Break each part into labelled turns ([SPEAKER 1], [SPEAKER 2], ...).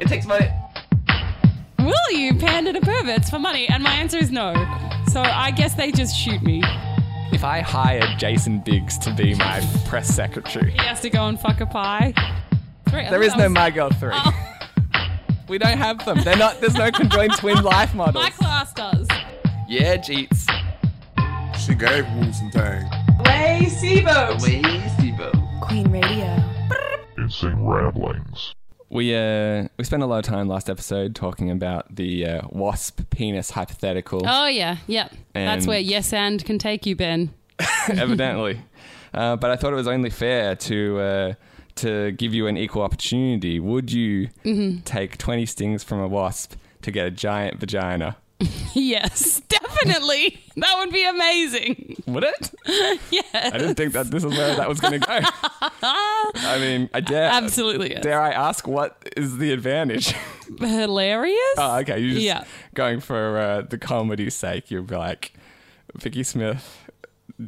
[SPEAKER 1] It takes money.
[SPEAKER 2] Will you pander to perverts for money? And my answer is no. So I guess they just shoot me.
[SPEAKER 3] If I hired Jason Biggs to be my press secretary,
[SPEAKER 2] He has to go and fuck a pie. Three- I
[SPEAKER 3] there
[SPEAKER 2] think
[SPEAKER 3] is
[SPEAKER 2] that
[SPEAKER 3] no
[SPEAKER 2] was-
[SPEAKER 3] My Girl 3.
[SPEAKER 2] Oh,
[SPEAKER 3] We don't have them. They're not, there's no conjoined twin life models.
[SPEAKER 2] my class does.
[SPEAKER 3] Yeah, Jeets.
[SPEAKER 4] She gave Wu Tang.
[SPEAKER 1] Way Sibo. Way Sibo.
[SPEAKER 5] Queen Radio.
[SPEAKER 6] Insane ramblings.
[SPEAKER 3] We uh we spent a lot of time last episode talking about the uh, wasp penis hypothetical.
[SPEAKER 2] Oh yeah, yep. That's
[SPEAKER 3] And-
[SPEAKER 2] where yes and can take you, Ben.
[SPEAKER 3] evidently. Uh, but I thought it was only fair to uh, to give you an equal opportunity. Would you take twenty stings from a wasp to get a giant vagina?
[SPEAKER 2] yes, definitely. that would be amazing.
[SPEAKER 3] Would it? I
[SPEAKER 2] Yeah,
[SPEAKER 3] didn't think that this is where that was going to go. I mean, I dare
[SPEAKER 2] absolutely. Yes.
[SPEAKER 3] dare I ask what is the advantage?
[SPEAKER 2] Hilarious.
[SPEAKER 3] oh, okay, you're just
[SPEAKER 2] Yeah.
[SPEAKER 3] going for uh, the comedy's sake. You'd be like Vicky Smith,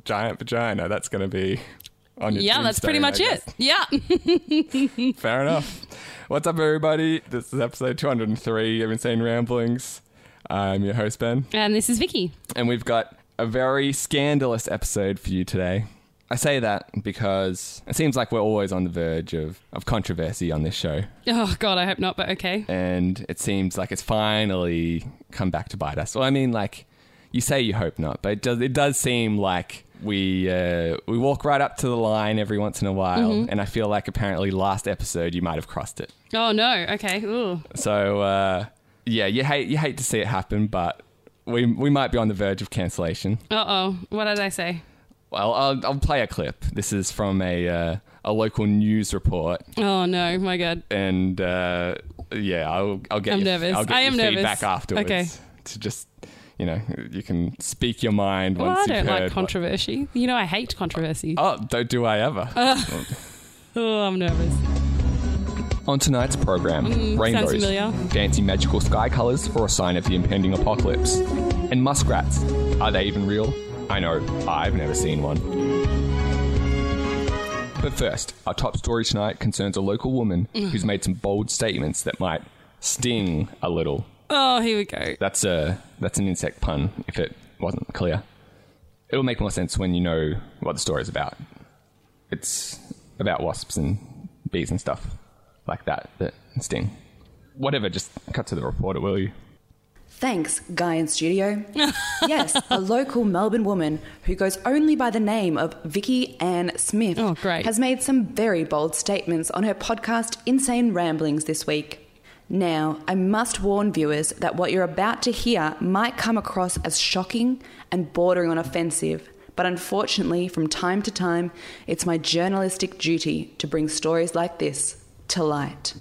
[SPEAKER 3] giant vagina. That's going to be on your
[SPEAKER 2] yeah, that's pretty
[SPEAKER 3] tombstone, I
[SPEAKER 2] much
[SPEAKER 3] guess.
[SPEAKER 2] it. Yeah.
[SPEAKER 3] Fair enough. What's up, everybody? This is episode 203 of Insane Ramblings. I'm your host, Ben,
[SPEAKER 2] and this is Vicky.
[SPEAKER 3] and we've got a very scandalous episode for you today. I say that because it seems like we're always on the verge of, of controversy on this show,
[SPEAKER 2] Oh God, I hope not. But okay.
[SPEAKER 3] and it seems like it's finally come back to bite us. Well, I mean, like, you say you hope not, but it does, it does seem like we, uh, we walk right up to the line every once in a while, and I feel like apparently last episode you might have crossed it.
[SPEAKER 2] Oh no. Okay. Ooh.
[SPEAKER 3] So uh, yeah, you hate you hate to see it happen, but we we might be on the verge of cancellation.
[SPEAKER 2] Uh oh. What did I say?
[SPEAKER 3] Well, I'll, I'll play a clip. This is from a uh, a local news report,
[SPEAKER 2] Oh no. My God.
[SPEAKER 3] and uh, yeah, I'll I'll get
[SPEAKER 2] I'm
[SPEAKER 3] your,
[SPEAKER 2] nervous.
[SPEAKER 3] I'll get
[SPEAKER 2] I
[SPEAKER 3] your
[SPEAKER 2] am nervous.
[SPEAKER 3] feedback afterwards
[SPEAKER 2] Okay.
[SPEAKER 3] to just you know you can speak your mind
[SPEAKER 2] Well,
[SPEAKER 3] once
[SPEAKER 2] I
[SPEAKER 3] you've
[SPEAKER 2] don't
[SPEAKER 3] heard.
[SPEAKER 2] like
[SPEAKER 3] what-
[SPEAKER 2] controversy. You know, I hate controversy.
[SPEAKER 3] Oh, don't do I ever.
[SPEAKER 2] Uh, Oh, I'm nervous.
[SPEAKER 3] On tonight's program,
[SPEAKER 2] mm, sounds
[SPEAKER 3] rainbows,
[SPEAKER 2] familiar.
[SPEAKER 3] dancing magical sky colors for a sign of the impending apocalypse, and muskrats. Are they even real? I know, I've never seen one. But first, our top story tonight concerns a local woman
[SPEAKER 2] Mm.
[SPEAKER 3] who's made some bold statements that might sting a little.
[SPEAKER 2] Oh, here we go.
[SPEAKER 3] That's a that's an insect pun. If it wasn't clear, it'll make more sense when you know what the story's about. It's about wasps and bees and stuff like that that sting. Whatever, just cut to the reporter, will you?
[SPEAKER 7] Thanks, guy in studio. yes, a local Melbourne woman who goes only by the name of Vicky Ann Smith
[SPEAKER 2] Oh, great.
[SPEAKER 7] has made some very bold statements on her podcast Insane Ramblings this week. Now, I must warn viewers that what you're about to hear might come across as shocking and bordering on offensive, but unfortunately, from time to time, it's my journalistic duty to bring stories like this to light.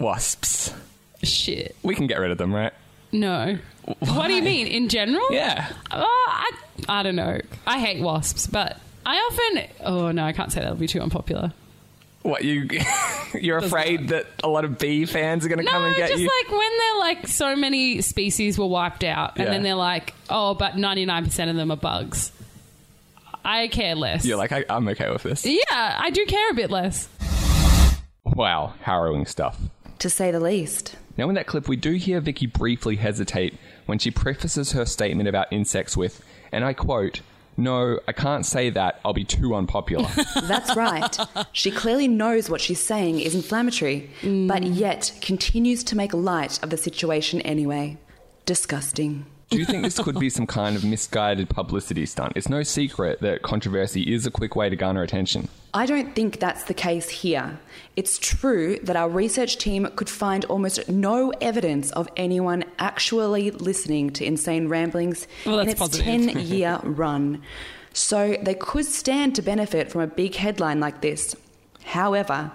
[SPEAKER 3] Wasps.
[SPEAKER 2] Shit.
[SPEAKER 3] We can get rid of them, right?
[SPEAKER 2] No. What do you mean? In general?
[SPEAKER 3] Yeah.
[SPEAKER 2] Oh, I, I don't know. I hate wasps, but I often. Oh, no, I can't say that'll be too unpopular.
[SPEAKER 3] What you? you're afraid that a lot of bee fans are going to
[SPEAKER 2] No,
[SPEAKER 3] come and get
[SPEAKER 2] just
[SPEAKER 3] you?
[SPEAKER 2] like when they're like so many species were wiped out, and
[SPEAKER 3] Yeah.
[SPEAKER 2] then they're like, oh, but 99% of them are bugs. I care less.
[SPEAKER 3] you're like, I, I'm okay with this.
[SPEAKER 2] yeah, I do care a bit less.
[SPEAKER 3] Wow, harrowing stuff.
[SPEAKER 7] To say the least.
[SPEAKER 3] Now, in that clip, we do hear Vicky briefly hesitate when she prefaces her statement about insects with, and I quote, No, I can't say that. I'll be too unpopular.
[SPEAKER 7] That's right. she clearly knows what she's saying is inflammatory, but
[SPEAKER 2] Mm.
[SPEAKER 7] yet continues to make light of the situation anyway. Disgusting.
[SPEAKER 3] do you think this could be some kind of misguided publicity stunt? It's no secret that controversy is a quick way to garner attention.
[SPEAKER 7] I don't think that's the case here. It's true that our research team could find almost no evidence of anyone actually listening to Insane Ramblings
[SPEAKER 2] Well, that's
[SPEAKER 7] in its
[SPEAKER 2] positive.
[SPEAKER 7] 10 year run. So they could stand to benefit from a big headline like this. However,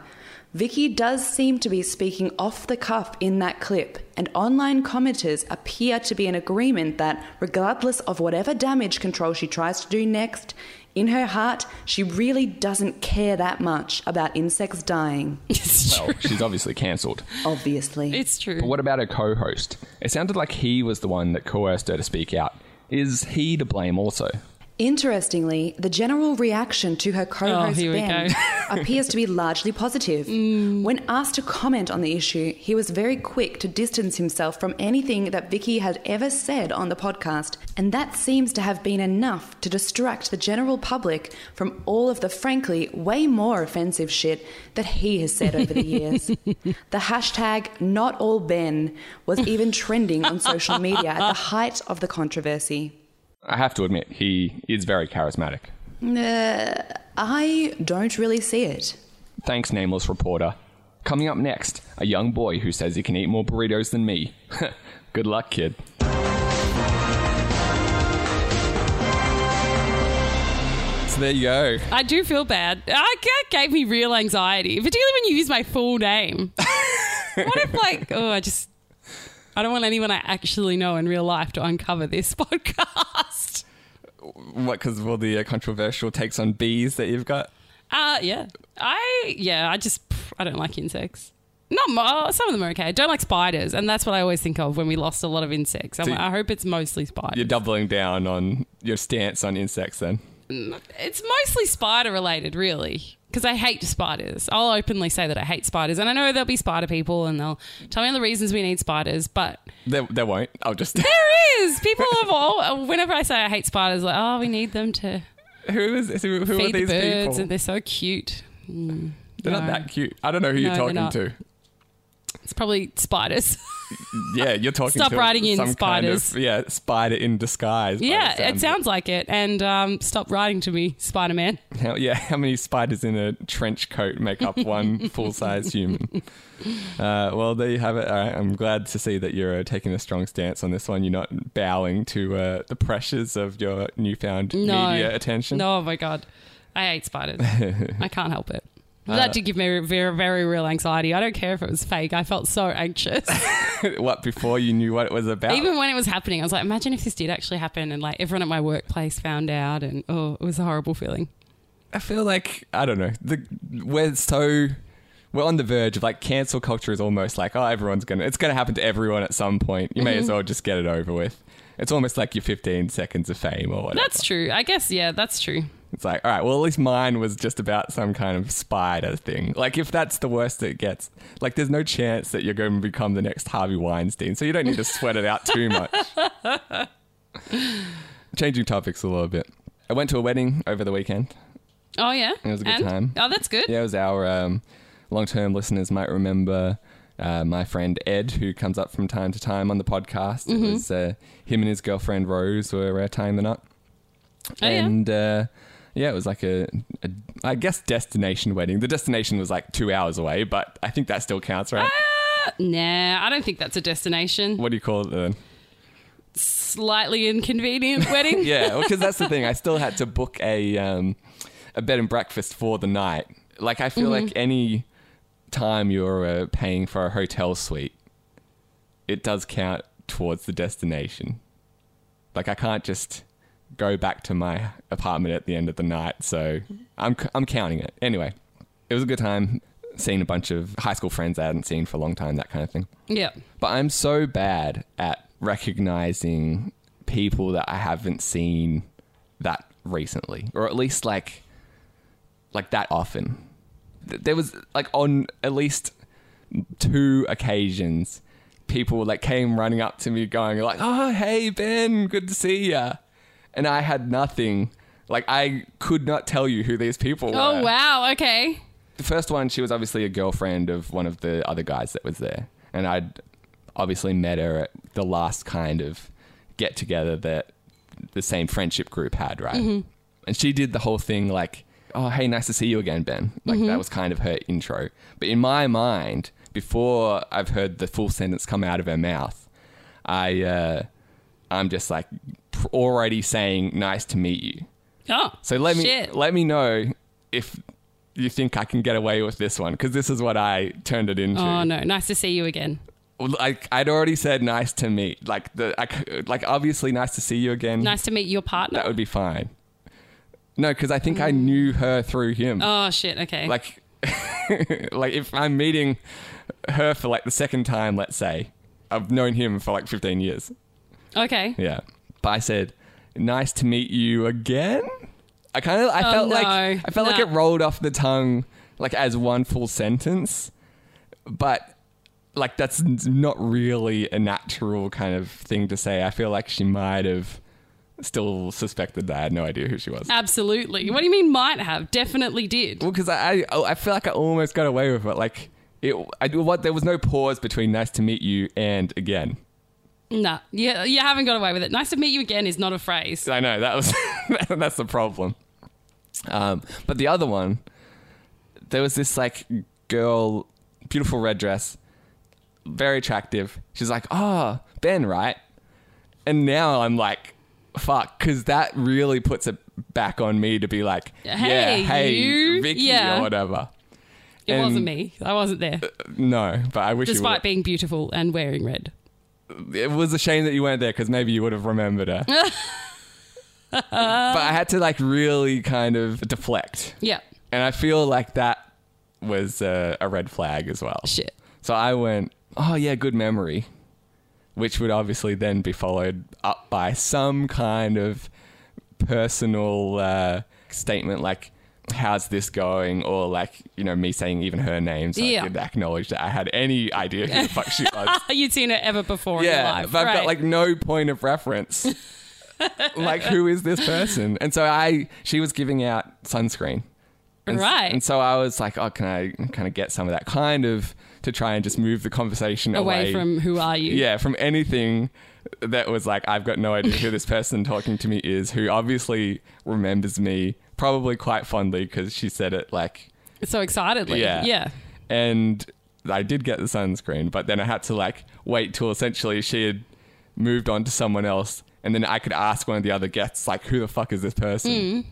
[SPEAKER 7] Vicky does seem to be speaking off the cuff in that clip, and online commenters appear to be in agreement that, regardless of whatever damage control she tries to do next, in her heart, she really doesn't care that much about insects dying,
[SPEAKER 2] It's true.
[SPEAKER 3] Well, she's obviously cancelled.
[SPEAKER 7] obviously.
[SPEAKER 2] It's true.
[SPEAKER 3] But what about her co host? It sounded like he was the one that coerced her to speak out. Is he to blame also?
[SPEAKER 7] Interestingly, the general reaction to her co host
[SPEAKER 2] Oh, here we
[SPEAKER 7] Ben
[SPEAKER 2] go. Mm.
[SPEAKER 7] appears to be largely positive. When asked to comment on the issue, he was very quick to distance himself from anything that Vicky had ever said on the podcast, and that seems to have been enough to distract the general public from all of the frankly way more offensive shit that he has said over the years. the hashtag not all Ben was even trending on social media at the height of the controversy.
[SPEAKER 3] I have to admit, he is very charismatic.
[SPEAKER 7] Uh, I don't really see it.
[SPEAKER 3] Thanks, nameless reporter. Coming up next, a young boy who says he can eat more burritos than me. Good luck, kid. So there you go.
[SPEAKER 2] I do feel bad. I, that gave me real anxiety, particularly when you use my full name. what if, like, oh, I just, I don't want anyone I actually know in real life to uncover this podcast.
[SPEAKER 3] What, because of all the uh, controversial takes on bees that you've got?
[SPEAKER 2] Uh, yeah. I, yeah, I just, pff, I don't like insects. Not more, some of them are okay. I don't like spiders, and that's what I always think of when we lost a lot of insects. I'm
[SPEAKER 3] So
[SPEAKER 2] like,
[SPEAKER 3] you-
[SPEAKER 2] I hope it's mostly
[SPEAKER 3] You're
[SPEAKER 2] spiders.
[SPEAKER 3] doubling down on your stance on insects then.
[SPEAKER 2] It's mostly spider related, really, because I hate spiders. I'll openly say that I hate spiders, and I know there'll be spider people, and they'll tell me all the reasons we need spiders, but
[SPEAKER 3] There, there won't. I'll just.
[SPEAKER 2] There is. People of all. uh, Whenever I say I hate spiders, like, oh, we need them to
[SPEAKER 3] who is who, who are
[SPEAKER 2] feed the
[SPEAKER 3] these
[SPEAKER 2] birds,
[SPEAKER 3] people?
[SPEAKER 2] and they're so cute. Mm,
[SPEAKER 3] They're not
[SPEAKER 2] no.
[SPEAKER 3] that cute. I don't know who
[SPEAKER 2] No,
[SPEAKER 3] you're
[SPEAKER 2] they're
[SPEAKER 3] talking
[SPEAKER 2] not.
[SPEAKER 3] to.
[SPEAKER 2] It's probably spiders.
[SPEAKER 3] Yeah, you're talking
[SPEAKER 2] Stop
[SPEAKER 3] to
[SPEAKER 2] writing in
[SPEAKER 3] some
[SPEAKER 2] spiders.
[SPEAKER 3] Kind of, yeah, spider in disguise. by
[SPEAKER 2] yeah,
[SPEAKER 3] the
[SPEAKER 2] it
[SPEAKER 3] sound
[SPEAKER 2] sounds like it. And um, stop writing to me, Spider Man.
[SPEAKER 3] of it. How, yeah, how many spiders in a trench coat make up one full size human? Uh, well, there you have it. All right, I'm glad to see that you're uh, taking a strong stance on this one. You're not bowing to uh, the pressures of your newfound
[SPEAKER 2] No
[SPEAKER 3] media attention.
[SPEAKER 2] No, oh my god, I hate spiders. I can't help it.
[SPEAKER 3] Uh,
[SPEAKER 2] That did give me very, very real anxiety. I don't care if it was fake. I felt so anxious.
[SPEAKER 3] what before you knew what it was about?
[SPEAKER 2] Even when it was happening, I was like, imagine if this did actually happen and like everyone at my workplace found out and oh, it was a horrible feeling.
[SPEAKER 3] I feel like I don't know. The we're so we're on the verge of like cancel culture is almost like oh everyone's gonna it's gonna happen to everyone at some point. You may
[SPEAKER 2] Mm-hmm.
[SPEAKER 3] as well just get it over with. It's almost like your 15 seconds of fame or whatever.
[SPEAKER 2] That's true. I guess, yeah, that's true.
[SPEAKER 3] it's like all right, well at least mine was just about some kind of spider thing. Like if that's the worst it gets, like there's no chance that you're going to become the next Harvey Weinstein. So you don't need to sweat it out too much. Changing topics a little bit. I went to a wedding over the weekend.
[SPEAKER 2] Oh yeah, it
[SPEAKER 3] was a good time.
[SPEAKER 2] Oh, that's good.
[SPEAKER 3] Yeah, it was our um, long-term listeners might remember uh, my friend Ed, who comes up from time to time on the podcast.
[SPEAKER 2] Mm-hmm.
[SPEAKER 3] It was uh, him and his girlfriend Rose were uh, tying the knot,
[SPEAKER 2] Oh, yeah.
[SPEAKER 3] and uh, yeah, it was like a, a, I guess, destination wedding. The destination was like two hours away, but I think that still counts,
[SPEAKER 2] Ah.
[SPEAKER 3] right?
[SPEAKER 2] Uh, Nah, I don't think that's a destination.
[SPEAKER 3] what do you call it? Then?
[SPEAKER 2] Slightly inconvenient wedding.
[SPEAKER 3] Yeah, because that's the thing. I still had to book a um, a bed and breakfast for the night. Like I feel like any time you're uh, paying for a hotel suite, it does count towards the destination. Like I can't just go back to my apartment at the end of the night, so I'm c- I'm counting it anyway. It was a good time seeing a bunch of high school friends I hadn't seen for a long time, that kind of thing.
[SPEAKER 2] Yeah.
[SPEAKER 3] But I'm so bad at recognizing people that I haven't seen that recently, or at least like like that often. Th- There was like on at least two occasions, people like came running up to me, going like, "Oh, hey Ben, good to see ya," and I had nothing. Like I could not tell you who these people were.
[SPEAKER 2] Oh wow. Okay.
[SPEAKER 3] The first one, she was obviously a girlfriend of one of the other guys that was there, and I'd obviously met her at the last kind of get together that the same friendship group had, right? And she did the whole thing like, "Oh, hey, nice to see you again, Ben." Like that was kind of her intro. But in my mind, before I've heard the full sentence come out of her mouth, I uh, I'm just like pr- already saying, "Nice to meet you."
[SPEAKER 2] Oh.
[SPEAKER 3] So let me
[SPEAKER 2] Shit.
[SPEAKER 3] let me know if you think I can get away with this one because this is what I turned it into.
[SPEAKER 2] oh no. Nice to see you again.
[SPEAKER 3] Like I'd already said, nice to meet. Like the I c like obviously nice to see you again.
[SPEAKER 2] Nice to meet your partner.
[SPEAKER 3] That would be fine. No, because I think I knew her through him.
[SPEAKER 2] Mm. oh shit. Okay.
[SPEAKER 3] Like like if I'm meeting her for like the second time, let's say I've known him for like 15 years.
[SPEAKER 2] okay.
[SPEAKER 3] Yeah. But I said, nice to meet you again. I kind of I
[SPEAKER 2] Oh,
[SPEAKER 3] felt like
[SPEAKER 2] no.
[SPEAKER 3] I felt like
[SPEAKER 2] No.
[SPEAKER 3] it rolled off the tongue like as one full sentence, but like that's n- not really a natural kind of thing to say. I feel like she might have still suspected that I had no idea who she was.
[SPEAKER 2] Absolutely. What do you mean might have? Definitely did.
[SPEAKER 3] Well, because I, oh, I I feel like I almost got away with it. Like it, I do what there was no pause between nice to meet you and again.
[SPEAKER 2] Nah, yeah, you haven't got away with it. Nice to meet you again is not a phrase.
[SPEAKER 3] I know that was that's the problem. Um, but the other one, there was this like girl, beautiful red dress, very attractive. She's like, oh, Ben, right? And now I'm like, fuck, because that really puts it back on me to be like,
[SPEAKER 2] Hey,
[SPEAKER 3] yeah, hey,
[SPEAKER 2] you-
[SPEAKER 3] Vicky
[SPEAKER 2] yeah.
[SPEAKER 3] or whatever.
[SPEAKER 2] It
[SPEAKER 3] And- Uh,
[SPEAKER 2] wasn't me. I wasn't there,
[SPEAKER 3] No, but I wish you
[SPEAKER 2] despite
[SPEAKER 3] would.
[SPEAKER 2] being beautiful and wearing red.
[SPEAKER 3] it was a shame that you weren't there because maybe you would have remembered her. but I had to like really kind of deflect,
[SPEAKER 2] Yeah.
[SPEAKER 3] and I feel like that was uh, a red flag as well.
[SPEAKER 2] Shit.
[SPEAKER 3] So I went, oh yeah, good memory, which would obviously then be followed up by some kind of personal uh, statement like. How's this going? Or like, you know, me saying even her name, so
[SPEAKER 2] Yeah.
[SPEAKER 3] I could acknowledge that I had any idea who the fuck she was.
[SPEAKER 2] You'd seen it ever before in your
[SPEAKER 3] Yeah,
[SPEAKER 2] life.
[SPEAKER 3] but I've
[SPEAKER 2] right.
[SPEAKER 3] got like no point of reference. like, who is this person? And so I, she was giving out sunscreen. And, s-
[SPEAKER 2] Right.
[SPEAKER 3] And so I was like, oh, can I kind of get some of that? Kind of to try and just move the conversation away,
[SPEAKER 2] away from who are you?
[SPEAKER 3] yeah, from anything that was like, I've got no idea who this person talking to me is, who obviously remembers me probably quite fondly because she said it like
[SPEAKER 2] So excitedly.
[SPEAKER 3] yeah.
[SPEAKER 2] Yeah.
[SPEAKER 3] And I did get the sunscreen, but then I had to like wait till essentially she had moved on to someone else. And then I could ask one of the other guests, like, who the fuck is this person?
[SPEAKER 2] Mm.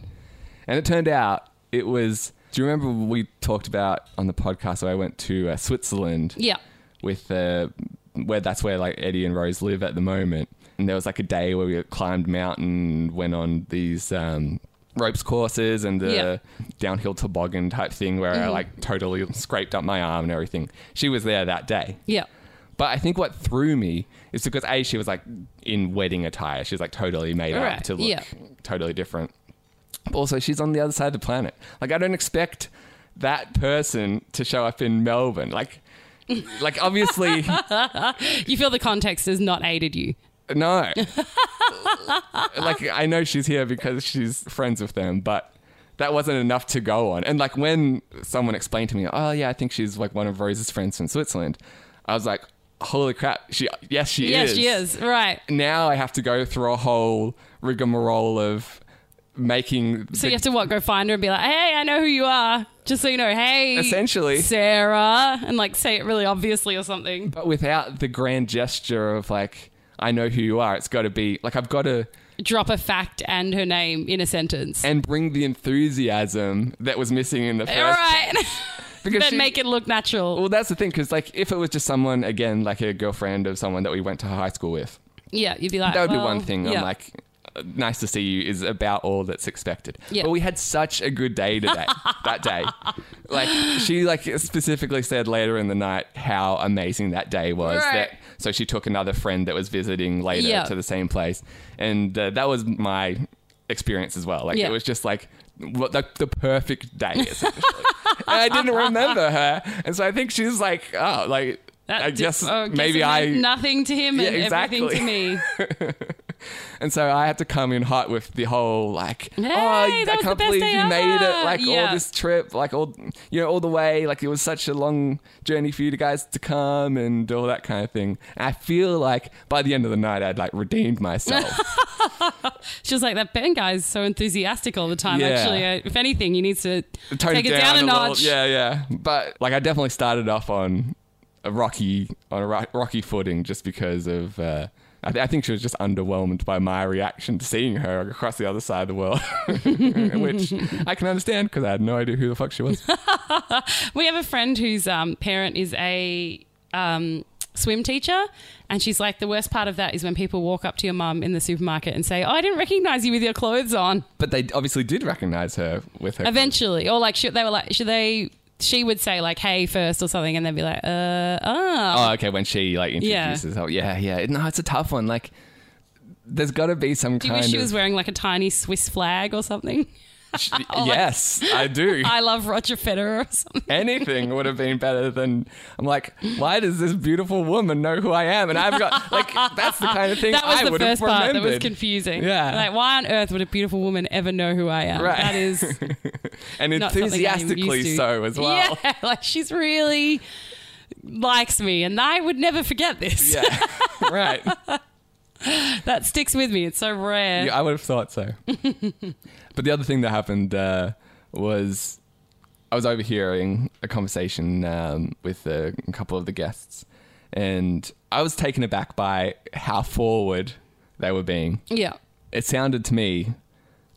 [SPEAKER 3] And it turned out it was. Do you remember we talked about on the podcast where I went to uh, Switzerland?
[SPEAKER 2] Yeah.
[SPEAKER 3] with uh, where that's where like Eddie and Rose live at the moment. And there was like a day where we climbed mountain, went on these um, ropes courses and the
[SPEAKER 2] Yeah.
[SPEAKER 3] downhill toboggan type thing where I like totally scraped up my arm and everything. She was there that day.
[SPEAKER 2] Yeah.
[SPEAKER 3] But I think what threw me is because A, she was like in wedding attire. She was like totally made
[SPEAKER 2] Right,
[SPEAKER 3] up to look
[SPEAKER 2] yeah.
[SPEAKER 3] totally different. But also, she's on the other side of the planet. Like, I don't expect that person to show up in Melbourne. Like, like obviously,
[SPEAKER 2] You feel the context has not aided you.
[SPEAKER 3] no. like, I know she's here because she's friends with them, but that wasn't enough to go on. And like, when someone explained to me, oh, yeah, I think she's like one of Rose's friends from Switzerland, I was like, holy crap. She, yes, she
[SPEAKER 2] yes,
[SPEAKER 3] is
[SPEAKER 2] she is. Right.
[SPEAKER 3] now I have to go through a whole rigmarole of making.
[SPEAKER 2] So you have to what? Go find her and be like, "Hey, I know who you are." Just so you know, hey,
[SPEAKER 3] Essentially.
[SPEAKER 2] Sarah, and like say it really obviously or something.
[SPEAKER 3] but without the grand gesture of like, I know who you are. It's got to be like I've got to
[SPEAKER 2] Drop a fact and her name in a sentence.
[SPEAKER 3] and bring the enthusiasm that was missing in the first.
[SPEAKER 2] All right,
[SPEAKER 3] because
[SPEAKER 2] but
[SPEAKER 3] she-
[SPEAKER 2] make it look natural.
[SPEAKER 3] Well, that's the thing because like if it was just someone again, like a girlfriend of someone that we went to high school with,
[SPEAKER 2] yeah, you'd be like,
[SPEAKER 3] that would be
[SPEAKER 2] well,
[SPEAKER 3] one thing.
[SPEAKER 2] yeah.
[SPEAKER 3] I'm like. uh, Nice to see you is about all that's expected.
[SPEAKER 2] Yeah.
[SPEAKER 3] But we had such a good day today. that day, like she like specifically said later in the night how amazing that day was.
[SPEAKER 2] Right.
[SPEAKER 3] That so she took another friend that was visiting later
[SPEAKER 2] Yeah.
[SPEAKER 3] to the same place, and uh, that was my experience as well. Like
[SPEAKER 2] Yeah.
[SPEAKER 3] it was just like what the, the perfect day. essentially. and I didn't remember her, and so I think she's like, oh, like
[SPEAKER 2] That
[SPEAKER 3] I
[SPEAKER 2] di-
[SPEAKER 3] guess
[SPEAKER 2] oh, I guess
[SPEAKER 3] maybe
[SPEAKER 2] it
[SPEAKER 3] I
[SPEAKER 2] meant nothing to him
[SPEAKER 3] Yeah,
[SPEAKER 2] and everything to
[SPEAKER 3] exactly.
[SPEAKER 2] me.
[SPEAKER 3] And so I had to come in hot with the whole like, oh,
[SPEAKER 2] that
[SPEAKER 3] I
[SPEAKER 2] was the
[SPEAKER 3] can't
[SPEAKER 2] best
[SPEAKER 3] believe
[SPEAKER 2] day
[SPEAKER 3] you made
[SPEAKER 2] ever."
[SPEAKER 3] it, like
[SPEAKER 2] Yeah.
[SPEAKER 3] all this trip, like all you know, all the way, like it was such a long journey for you to guys to come and all that kind of thing. And I feel like by the end of the night, I'd like redeemed myself.
[SPEAKER 2] She was like, "That Ben guy is so enthusiastic all the time.
[SPEAKER 3] Yeah.
[SPEAKER 2] Actually, uh, if anything, he needs to
[SPEAKER 3] Tone
[SPEAKER 2] take it down, a
[SPEAKER 3] little-
[SPEAKER 2] notch."
[SPEAKER 3] yeah, yeah. But like, I definitely started off on a rocky on a ro- rocky footing just because of. Uh, I, th- I think she was just underwhelmed by my reaction to seeing her across the other side of the world, which I can understand because I had no idea who the fuck she was.
[SPEAKER 2] We have a friend whose um, parent is a um, swim teacher, and she's like, the worst part of that is when people walk up to your mum in the supermarket and say, "Oh, I didn't recognize you with your clothes on."
[SPEAKER 3] But they obviously did recognize her with her.
[SPEAKER 2] Eventually, or like, she, they were like, should they? She would say like, "Hey" first or something, and they'd be like, "Uh, ah."
[SPEAKER 3] Oh, okay. When she like
[SPEAKER 2] Yeah.
[SPEAKER 3] introduces her, yeah, yeah. No, it's a tough one. Like there's got to be some
[SPEAKER 2] Do you
[SPEAKER 3] kind
[SPEAKER 2] wish she
[SPEAKER 3] of
[SPEAKER 2] was wearing like a tiny Swiss flag or something?
[SPEAKER 3] yes, I do.
[SPEAKER 2] I love Roger Federer or something.
[SPEAKER 3] Anything would have been better than I'm like, why does this beautiful woman know who I am? And I've got like that's the kind of thing
[SPEAKER 2] That was
[SPEAKER 3] I
[SPEAKER 2] the
[SPEAKER 3] would
[SPEAKER 2] first
[SPEAKER 3] have
[SPEAKER 2] part
[SPEAKER 3] remembered.
[SPEAKER 2] that was confusing.
[SPEAKER 3] Yeah.
[SPEAKER 2] Like, why on earth would a beautiful woman ever know who I am?
[SPEAKER 3] Right.
[SPEAKER 2] That is
[SPEAKER 3] and
[SPEAKER 2] not something I'm used
[SPEAKER 3] enthusiastically
[SPEAKER 2] to.
[SPEAKER 3] so as well.
[SPEAKER 2] Yeah, like she's really likes me, and I would never forget this.
[SPEAKER 3] Yeah, right.
[SPEAKER 2] that sticks with me. It's so rare.
[SPEAKER 3] Yeah, I would have thought so. but the other thing that happened uh, was I was overhearing a conversation um, with a couple of the guests, and I was taken aback by how forward they were being.
[SPEAKER 2] yeah.
[SPEAKER 3] It sounded to me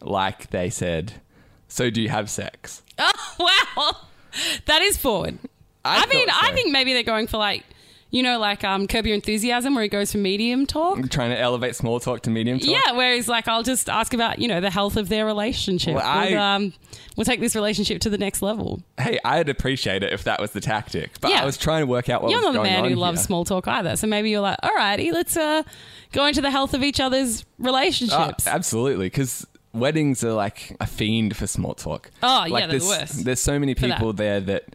[SPEAKER 3] like they said, "So do you have sex?"
[SPEAKER 2] Oh wow, that is forward. I, mean,
[SPEAKER 3] thought
[SPEAKER 2] I
[SPEAKER 3] so.
[SPEAKER 2] think maybe they're going for like, you know, like um, Curb Your Enthusiasm, where he goes from medium talk.
[SPEAKER 3] trying to elevate small talk to medium talk.
[SPEAKER 2] Yeah, where he's like, I'll just ask about, you know, the health of their relationship.
[SPEAKER 3] Well, I-
[SPEAKER 2] we'll, um, we'll take this relationship to the next level.
[SPEAKER 3] Hey, I'd appreciate it if that was the tactic, but
[SPEAKER 2] Yeah.
[SPEAKER 3] I was trying to work out what
[SPEAKER 2] You're not
[SPEAKER 3] was going
[SPEAKER 2] a man
[SPEAKER 3] on
[SPEAKER 2] who
[SPEAKER 3] here.
[SPEAKER 2] loves small talk either. So maybe you're like, all righty, let's uh, go into the health of each other's
[SPEAKER 3] Oh,
[SPEAKER 2] relationships.
[SPEAKER 3] absolutely, because weddings are like a fiend for small talk.
[SPEAKER 2] Oh, yeah,
[SPEAKER 3] like,
[SPEAKER 2] they're
[SPEAKER 3] there's,
[SPEAKER 2] the worst
[SPEAKER 3] There's so many
[SPEAKER 2] that.
[SPEAKER 3] people there that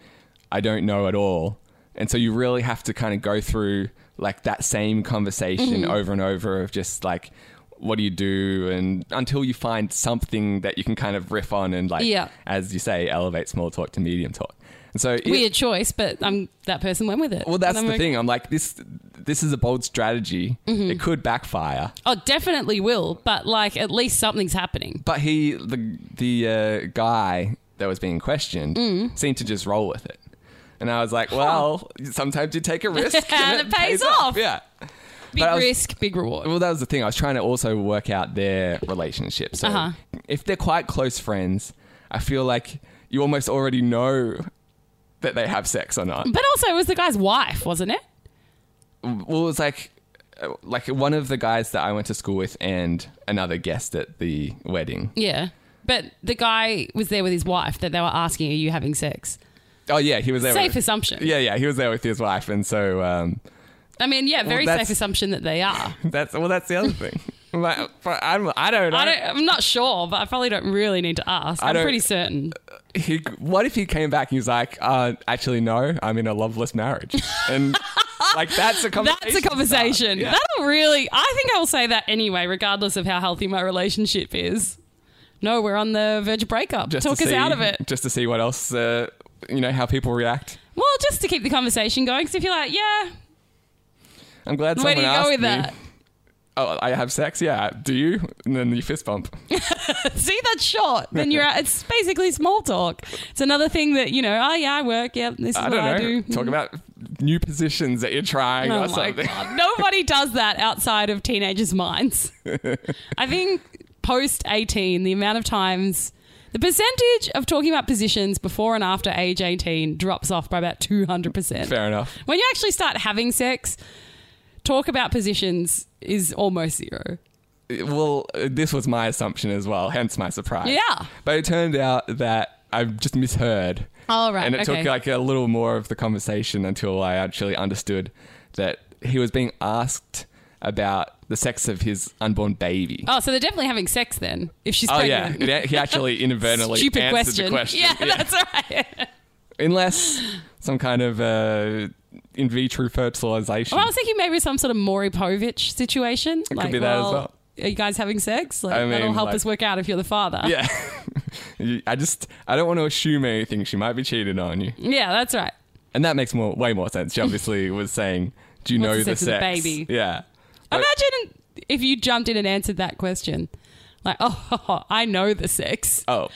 [SPEAKER 3] I don't know at all, and so you really have to kind of go through like that same conversation
[SPEAKER 2] Mm-hmm.
[SPEAKER 3] over and over of just like, what do you do, and until you find something that you can kind of riff on and like,
[SPEAKER 2] Yeah.
[SPEAKER 3] as you say, elevate small talk to medium talk. And so it-
[SPEAKER 2] Weird choice, but I'm, that person went with it.
[SPEAKER 3] Well, that's
[SPEAKER 2] And I'm
[SPEAKER 3] the
[SPEAKER 2] like,
[SPEAKER 3] thing. I'm like this. This is a bold strategy.
[SPEAKER 2] Mm-hmm.
[SPEAKER 3] It could backfire.
[SPEAKER 2] Oh, definitely will, but like at least something's happening.
[SPEAKER 3] But he, the the uh, guy that was being questioned,
[SPEAKER 2] Mm.
[SPEAKER 3] seemed to just roll with it. And I was like, well, sometimes you take a risk
[SPEAKER 2] And it pays off.
[SPEAKER 3] Yeah.
[SPEAKER 2] Big
[SPEAKER 3] But I was-
[SPEAKER 2] risk, big reward.
[SPEAKER 3] Well, that was the thing. I was trying to also work out their relationship. So
[SPEAKER 2] Uh-huh.
[SPEAKER 3] if they're quite close friends, I feel like you almost already know that they have sex or not.
[SPEAKER 2] But also, it was the guy's wife, wasn't it? Mm.
[SPEAKER 3] well, it was like uh, like one of the guys that I went to school with and another guest at the wedding.
[SPEAKER 2] Yeah. But the guy was there with his wife that they were asking, Are you having sex?
[SPEAKER 3] Oh yeah, he was there.
[SPEAKER 2] Safe
[SPEAKER 3] with,
[SPEAKER 2] assumption.
[SPEAKER 3] Yeah, yeah, he was there with his wife, and so um,
[SPEAKER 2] I mean, yeah, very
[SPEAKER 3] that's-
[SPEAKER 2] safe assumption that they are.
[SPEAKER 3] that's well, that's the other thing. I'm like, but I'm, I don't know.
[SPEAKER 2] I don't, I'm not sure, but I probably don't really need to ask. I'm
[SPEAKER 3] don't-
[SPEAKER 2] pretty certain.
[SPEAKER 3] He, what if he came back and he was like, uh, actually, no, I'm in a loveless marriage, and like that's a conversation.
[SPEAKER 2] That's a conversation.
[SPEAKER 3] Yeah.
[SPEAKER 2] That'll really, I think I'll say that anyway, regardless of how healthy my relationship is. No, we're on the verge of breakup.
[SPEAKER 3] Just to
[SPEAKER 2] Talk us
[SPEAKER 3] see-
[SPEAKER 2] out of it.
[SPEAKER 3] Just to see what else, uh, you know, how people react.
[SPEAKER 2] Well, just to keep the conversation going. Because if you're like, Yeah,
[SPEAKER 3] I'm glad
[SPEAKER 2] where
[SPEAKER 3] someone
[SPEAKER 2] do you
[SPEAKER 3] asked
[SPEAKER 2] go with
[SPEAKER 3] me.
[SPEAKER 2] that?
[SPEAKER 3] Oh, I have sex. Yeah, do you? And then you fist bump.
[SPEAKER 2] See, that's short. Then you're out. It's basically small talk. It's another thing that, you know, oh, yeah, I work. Yep, this is
[SPEAKER 3] I
[SPEAKER 2] what
[SPEAKER 3] don't know.
[SPEAKER 2] I do. Mm-hmm.
[SPEAKER 3] Talk about new positions that you're trying
[SPEAKER 2] Oh my
[SPEAKER 3] or something.
[SPEAKER 2] God. Nobody does that outside of teenagers' minds. I think post 18, the amount of times, the percentage of talking about positions before and after age 18 drops off by about 200%.
[SPEAKER 3] Fair enough.
[SPEAKER 2] When you actually start having sex, talk about positions is almost zero.
[SPEAKER 3] Well, uh, this was my assumption as well, hence my surprise.
[SPEAKER 2] Yeah.
[SPEAKER 3] But it turned out that I just misheard.
[SPEAKER 2] All Oh, right,
[SPEAKER 3] And it
[SPEAKER 2] okay.
[SPEAKER 3] took like a little more of the conversation until I actually understood that he was being asked about the sex of his unborn baby.
[SPEAKER 2] Oh, so they're definitely having sex then, if she's
[SPEAKER 3] Oh, yeah.
[SPEAKER 2] pregnant.
[SPEAKER 3] It a- he actually inadvertently
[SPEAKER 2] Stupid
[SPEAKER 3] answered
[SPEAKER 2] question.
[SPEAKER 3] the question.
[SPEAKER 2] Yeah, that's all right.
[SPEAKER 3] Unless some kind of uh, in vitro fertilization.
[SPEAKER 2] Well, I was thinking maybe some sort of Maury Povich situation. It
[SPEAKER 3] be that as well.
[SPEAKER 2] Are you guys having sex? Like,
[SPEAKER 3] I mean,
[SPEAKER 2] that'll help
[SPEAKER 3] like-
[SPEAKER 2] us work out if you're the father.
[SPEAKER 3] Yeah. You- I just I don't want to assume anything. She might be cheating on you,
[SPEAKER 2] Yeah, that's right.
[SPEAKER 3] and that makes more way more sense. She obviously was saying, "Do you
[SPEAKER 2] What's
[SPEAKER 3] know
[SPEAKER 2] the
[SPEAKER 3] the
[SPEAKER 2] sex of the
[SPEAKER 3] sex?"
[SPEAKER 2] baby?
[SPEAKER 3] Yeah. But-
[SPEAKER 2] Imagine if you jumped in and answered that question. Like, oh, I know the sex.
[SPEAKER 3] Oh,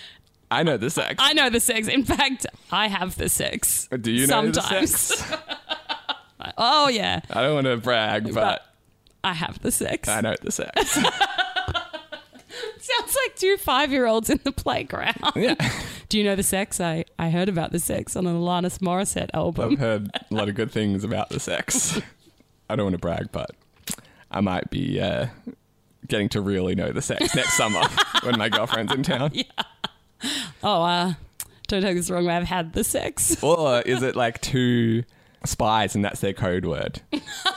[SPEAKER 3] I know the sex.
[SPEAKER 2] I know the sex. In fact, I have the sex.
[SPEAKER 3] Do you know
[SPEAKER 2] Sometimes.
[SPEAKER 3] the sex?
[SPEAKER 2] Oh, yeah.
[SPEAKER 3] I don't want to brag, but,
[SPEAKER 2] But I have the sex.
[SPEAKER 3] I know the sex.
[SPEAKER 2] Sounds like two five year olds in the playground.
[SPEAKER 3] yeah,
[SPEAKER 2] Do you know the sex? I, I heard about the sex on an Alanis Morissette album.
[SPEAKER 3] I've heard a lot of good things about the sex. I don't want to brag, but I might be uh, getting to really know the sex next summer when my girlfriend's in town.
[SPEAKER 2] Oh, uh, don't take this the wrong way. I've had the sex.
[SPEAKER 3] Or is it like too spies and that's their code word.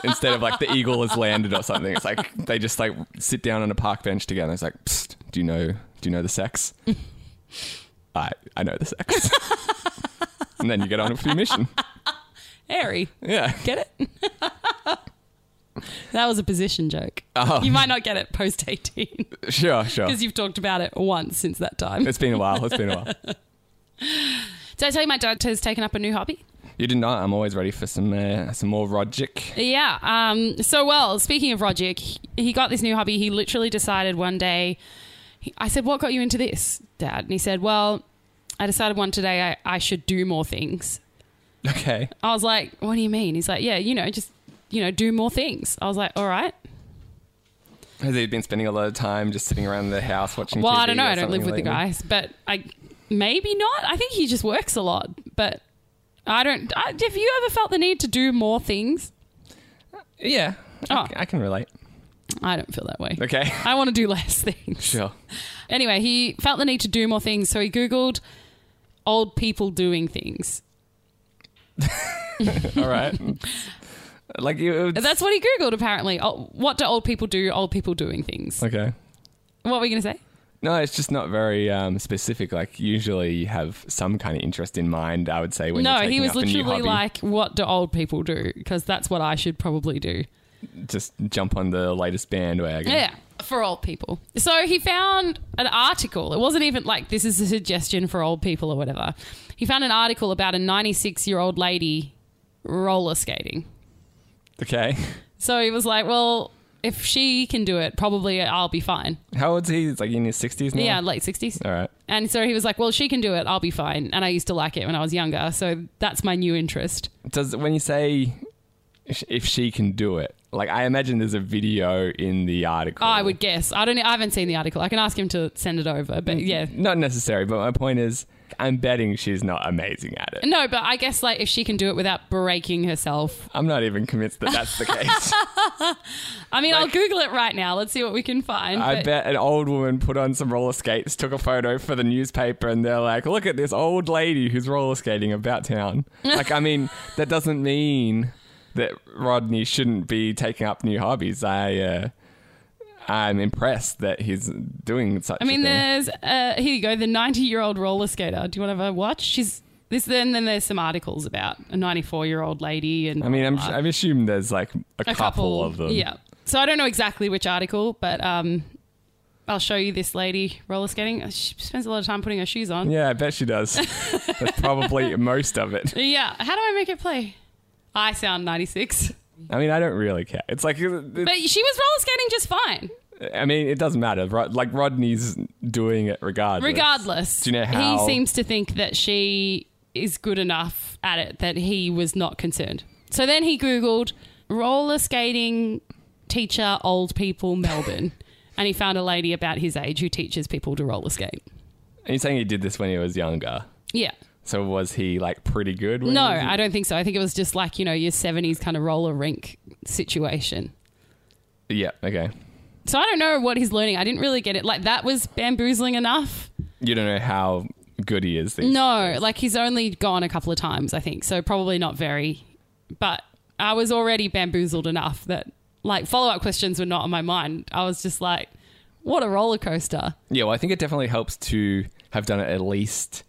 [SPEAKER 3] Instead of like the eagle has landed or something, it's like they just like sit down on a park bench together. It's like, Psst, do you know? Do you know the sex? I I know the sex. and then you get on with your mission.
[SPEAKER 2] Harry.
[SPEAKER 3] Yeah.
[SPEAKER 2] Get it? that was a position joke.
[SPEAKER 3] Oh.
[SPEAKER 2] You might not get it post 18
[SPEAKER 3] Sure, sure.
[SPEAKER 2] because you've talked about it once since that time.
[SPEAKER 3] It's been a while. It's been a while.
[SPEAKER 2] Did I tell you my dad has taken up a new hobby?
[SPEAKER 3] You did not. I'm always ready for some uh, some more Rodgick.
[SPEAKER 2] Yeah. Um, so, well, speaking of Rogic, he- he got this new hobby. He literally decided one day, he, I said, What got you into this, Dad? And he said, Well, I decided one today I, I should do more things.
[SPEAKER 3] Okay.
[SPEAKER 2] I was like, What do you mean? He's like, Yeah, you know, just, you know, do more things. I was like, All right.
[SPEAKER 3] Has he been spending a lot of time just sitting around the house watching
[SPEAKER 2] Well,
[SPEAKER 3] TV
[SPEAKER 2] I don't know.
[SPEAKER 3] or
[SPEAKER 2] I don't live with
[SPEAKER 3] something
[SPEAKER 2] the
[SPEAKER 3] lately?
[SPEAKER 2] guys, but I maybe not. I think he just works a lot, but I don't. I, have you ever felt the need to do more things?
[SPEAKER 3] Yeah.
[SPEAKER 2] Oh.
[SPEAKER 3] I, I can relate.
[SPEAKER 2] I don't feel that way.
[SPEAKER 3] Okay.
[SPEAKER 2] I want to do less things.
[SPEAKER 3] Sure.
[SPEAKER 2] Anyway, he felt the need to do more things, so he Googled old people doing things.
[SPEAKER 3] All right. like you. it's-
[SPEAKER 2] That's what he Googled, apparently. Oh, what do old people do? Old people doing things.
[SPEAKER 3] okay.
[SPEAKER 2] What were you going to say?
[SPEAKER 3] No, it's just not very um, specific. Like usually, you have some kind of interest in mind. I would say when
[SPEAKER 2] no,
[SPEAKER 3] you're taking
[SPEAKER 2] he was
[SPEAKER 3] up a new
[SPEAKER 2] literally
[SPEAKER 3] hobby.
[SPEAKER 2] like, what do old people do? Because that's what I should probably do.
[SPEAKER 3] just jump on the latest bandwagon.
[SPEAKER 2] Yeah, for old people. So he found an article. It wasn't even like this is a suggestion for old people or whatever. He found an article about a 96 year old lady roller skating.
[SPEAKER 3] Okay.
[SPEAKER 2] So he was like, well, if she can do it, probably I'll be fine.
[SPEAKER 3] How old's he? He's like in his sixties now.
[SPEAKER 2] Yeah, late 60s.
[SPEAKER 3] All right.
[SPEAKER 2] And so he was like, well, she can do it. I'll be fine. And I used to like it when I was younger. So that's my new interest.
[SPEAKER 3] Does when you say if- if she can do it, like I imagine there's a video in the article.
[SPEAKER 2] I would guess. I don't. e, I haven't seen the article. I can ask him to send it over. But yeah.
[SPEAKER 3] Not necessary, but my point is, I'm betting she's not amazing at it.
[SPEAKER 2] No, but I guess like if she can do it without breaking herself.
[SPEAKER 3] I'm not even convinced that that's the case.
[SPEAKER 2] I mean, I'll Google it right now. Let's see what we can find.
[SPEAKER 3] I
[SPEAKER 2] but-
[SPEAKER 3] bet an old woman put on some roller skates, took a photo for the newspaper, and they're like, look at this old lady who's roller skating about town. like, I mean, that doesn't mean that Rodney shouldn't be taking up new hobbies. I, uh, I'm impressed that he's doing such
[SPEAKER 2] I mean,
[SPEAKER 3] a thing.
[SPEAKER 2] there's uh, here you go. The 90 year old roller skater. Do you want to have a watch? She's this. Then then there's some articles about a 94 year old lady and.
[SPEAKER 3] I mean, I'm,
[SPEAKER 2] blah, blah.
[SPEAKER 3] I've assumed there's like a, couple, of them.
[SPEAKER 2] Yeah. So I don't know exactly which article, but um, I'll show you this lady roller skating. Uh, She spends a lot of time putting her shoes on. Yeah.
[SPEAKER 3] Yeah, I bet she does. That's probably most of it.
[SPEAKER 2] How do I make it play? I sound 96.
[SPEAKER 3] I mean, I don't really care. It's like, it-
[SPEAKER 2] But she was roller skating just fine,
[SPEAKER 3] I mean, it doesn't matter. Rod, like Rodney's doing it regardless.
[SPEAKER 2] regardless.
[SPEAKER 3] Do you know how-
[SPEAKER 2] He seems to think that she is good enough at it that he was not concerned. So then he Googled roller skating teacher old people Melbourne. And he found a lady about his age who teaches people to roller skate.
[SPEAKER 3] And you're saying he did this when he was younger.
[SPEAKER 2] Yeah.
[SPEAKER 3] So was he like pretty good? When
[SPEAKER 2] No,
[SPEAKER 3] he was-
[SPEAKER 2] I don't think so. I think it was just like, you know, your 70s kind of roller rink situation.
[SPEAKER 3] yeah. Okay.
[SPEAKER 2] So I don't know what he's learning. I didn't really get it. Like, that was bamboozling enough.
[SPEAKER 3] You don't know how good he is. These.
[SPEAKER 2] No, like, he's only gone a couple of times, I think. So probably not very. But I was already bamboozled enough that, like, follow up questions were not on my mind. I was just like, what a roller coaster.
[SPEAKER 3] Yeah. Well, I think it definitely helps to have done it at least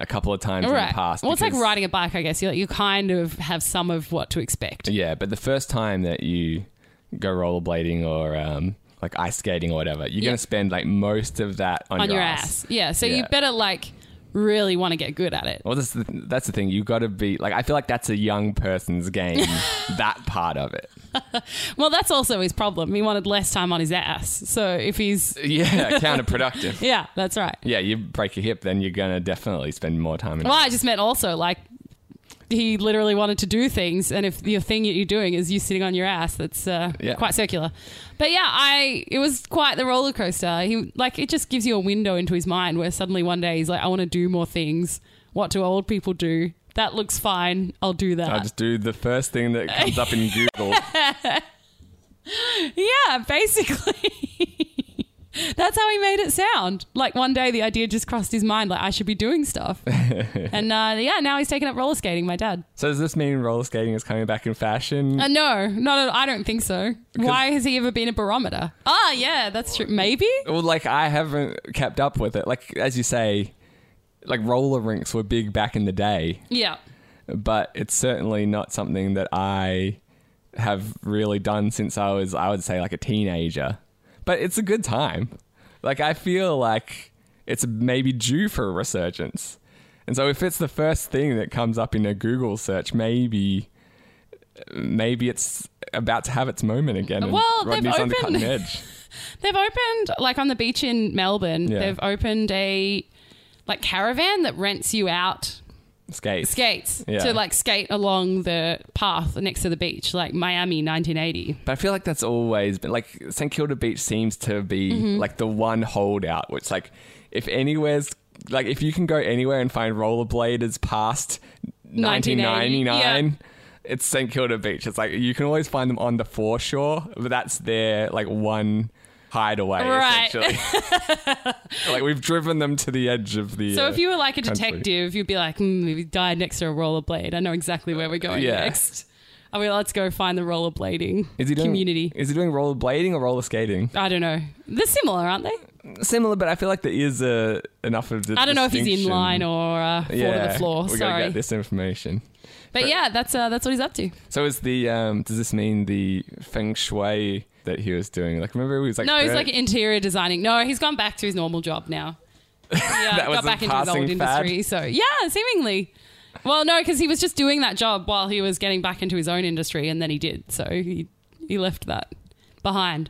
[SPEAKER 3] a couple of times
[SPEAKER 2] All
[SPEAKER 3] in
[SPEAKER 2] right.
[SPEAKER 3] the past.
[SPEAKER 2] Well, it's like
[SPEAKER 3] because-
[SPEAKER 2] riding a bike, I guess. You, you kind of have some of what to expect.
[SPEAKER 3] Yeah, but the first time that you go rollerblading or um, like ice skating or whatever, you're
[SPEAKER 2] Yeah.
[SPEAKER 3] gonna spend like most of that on,
[SPEAKER 2] on your ass. Yeah. So you
[SPEAKER 3] Yeah. Oh.
[SPEAKER 2] better like really want to get good at it.
[SPEAKER 3] Well, that's the, that's the thing. You got to be like. I feel like that's a young person's game. that part of it.
[SPEAKER 2] Well, that's also his problem. He wanted less time on his ass. So if he's
[SPEAKER 3] Yeah, counterproductive.
[SPEAKER 2] yeah, that's right.
[SPEAKER 3] yeah, you break your hip, then you're gonna definitely spend more time. In
[SPEAKER 2] Well, I just meant also like he literally wanted to do things, and if the thing that you're doing is you sitting on your ass, that's uh,
[SPEAKER 3] Yeah.
[SPEAKER 2] quite circular. But yeah, I it was quite the roller coaster. He like it just gives you a window into his mind where suddenly one day he's like, I want to do more things. What do old people do? That looks fine. I'll do that.
[SPEAKER 3] I just do the first thing that comes up in Google.
[SPEAKER 2] Yeah, basically. That's how he made it sound. Like one day the idea just crossed his mind, like I should be doing stuff. and uh, yeah, now he's taking up roller skating, my dad.
[SPEAKER 3] So does this mean roller skating is coming back in fashion?
[SPEAKER 2] Uh, no, not at, I don't think so. Why has he ever been a barometer? Ah, yeah, that's true. Maybe?
[SPEAKER 3] well, like I haven't kept up with it. Like as you say, like roller rinks were big back in the day,
[SPEAKER 2] Yeah.
[SPEAKER 3] but it's certainly not something that I have really done since I was I would say like a teenager. But it's a good time. Like I feel like it's maybe due for a resurgence. And so if it's the first thing that comes up in a Google search, maybe maybe it's about to have its moment again. and
[SPEAKER 2] Well, they've
[SPEAKER 3] Rodney's on the
[SPEAKER 2] opened-
[SPEAKER 3] cutting edge.
[SPEAKER 2] They've opened like on the beach in Melbourne,
[SPEAKER 3] Yeah.
[SPEAKER 2] they've opened a like caravan that rents you out
[SPEAKER 3] Skates.
[SPEAKER 2] skates
[SPEAKER 3] Yeah.
[SPEAKER 2] to like skate along the path next to the beach, like Miami 1980.
[SPEAKER 3] But I feel like that's always been like St Kilda Beach seems to be
[SPEAKER 2] Mm-hmm.
[SPEAKER 3] like the one holdout, which like if anywhere's like if you can go anywhere and find rollerbladers past
[SPEAKER 2] 1980,
[SPEAKER 3] 1999, it's St Kilda Beach. It's like you can always find them on the foreshore, but that's their like one hideaway
[SPEAKER 2] Right.
[SPEAKER 3] essentially. like we've driven them to the edge of the.
[SPEAKER 2] So
[SPEAKER 3] uh,
[SPEAKER 2] if you were like a
[SPEAKER 3] country.
[SPEAKER 2] detective, you'd be like, hmm, we died next to a rollerblade. I know exactly where we're going
[SPEAKER 3] Yeah.
[SPEAKER 2] next. I mean, let's go find the rollerblading
[SPEAKER 3] is he doing
[SPEAKER 2] community.
[SPEAKER 3] Is he doing rollerblading or roller skating?
[SPEAKER 2] I don't know. They're similar, aren't they?
[SPEAKER 3] Similar, but I feel like there is a enough of. The
[SPEAKER 2] I don't know if he's in line or uh, fall to the floor.
[SPEAKER 3] We gotta
[SPEAKER 2] Sorry,
[SPEAKER 3] get this information.
[SPEAKER 2] but yeah, that's uh, that's what he's up to.
[SPEAKER 3] So is the um, does this mean the feng shui that he was doing? Like remember he was like
[SPEAKER 2] No, he's
[SPEAKER 3] very-
[SPEAKER 2] like interior designing. No, he's gone back to his normal job now. Yeah,
[SPEAKER 3] That was
[SPEAKER 2] got
[SPEAKER 3] a
[SPEAKER 2] back into his old
[SPEAKER 3] passing fad.
[SPEAKER 2] industry. So yeah, seemingly. Well, no, because he was just doing that job while he was getting back into his own industry, and then he did. So he he left that behind.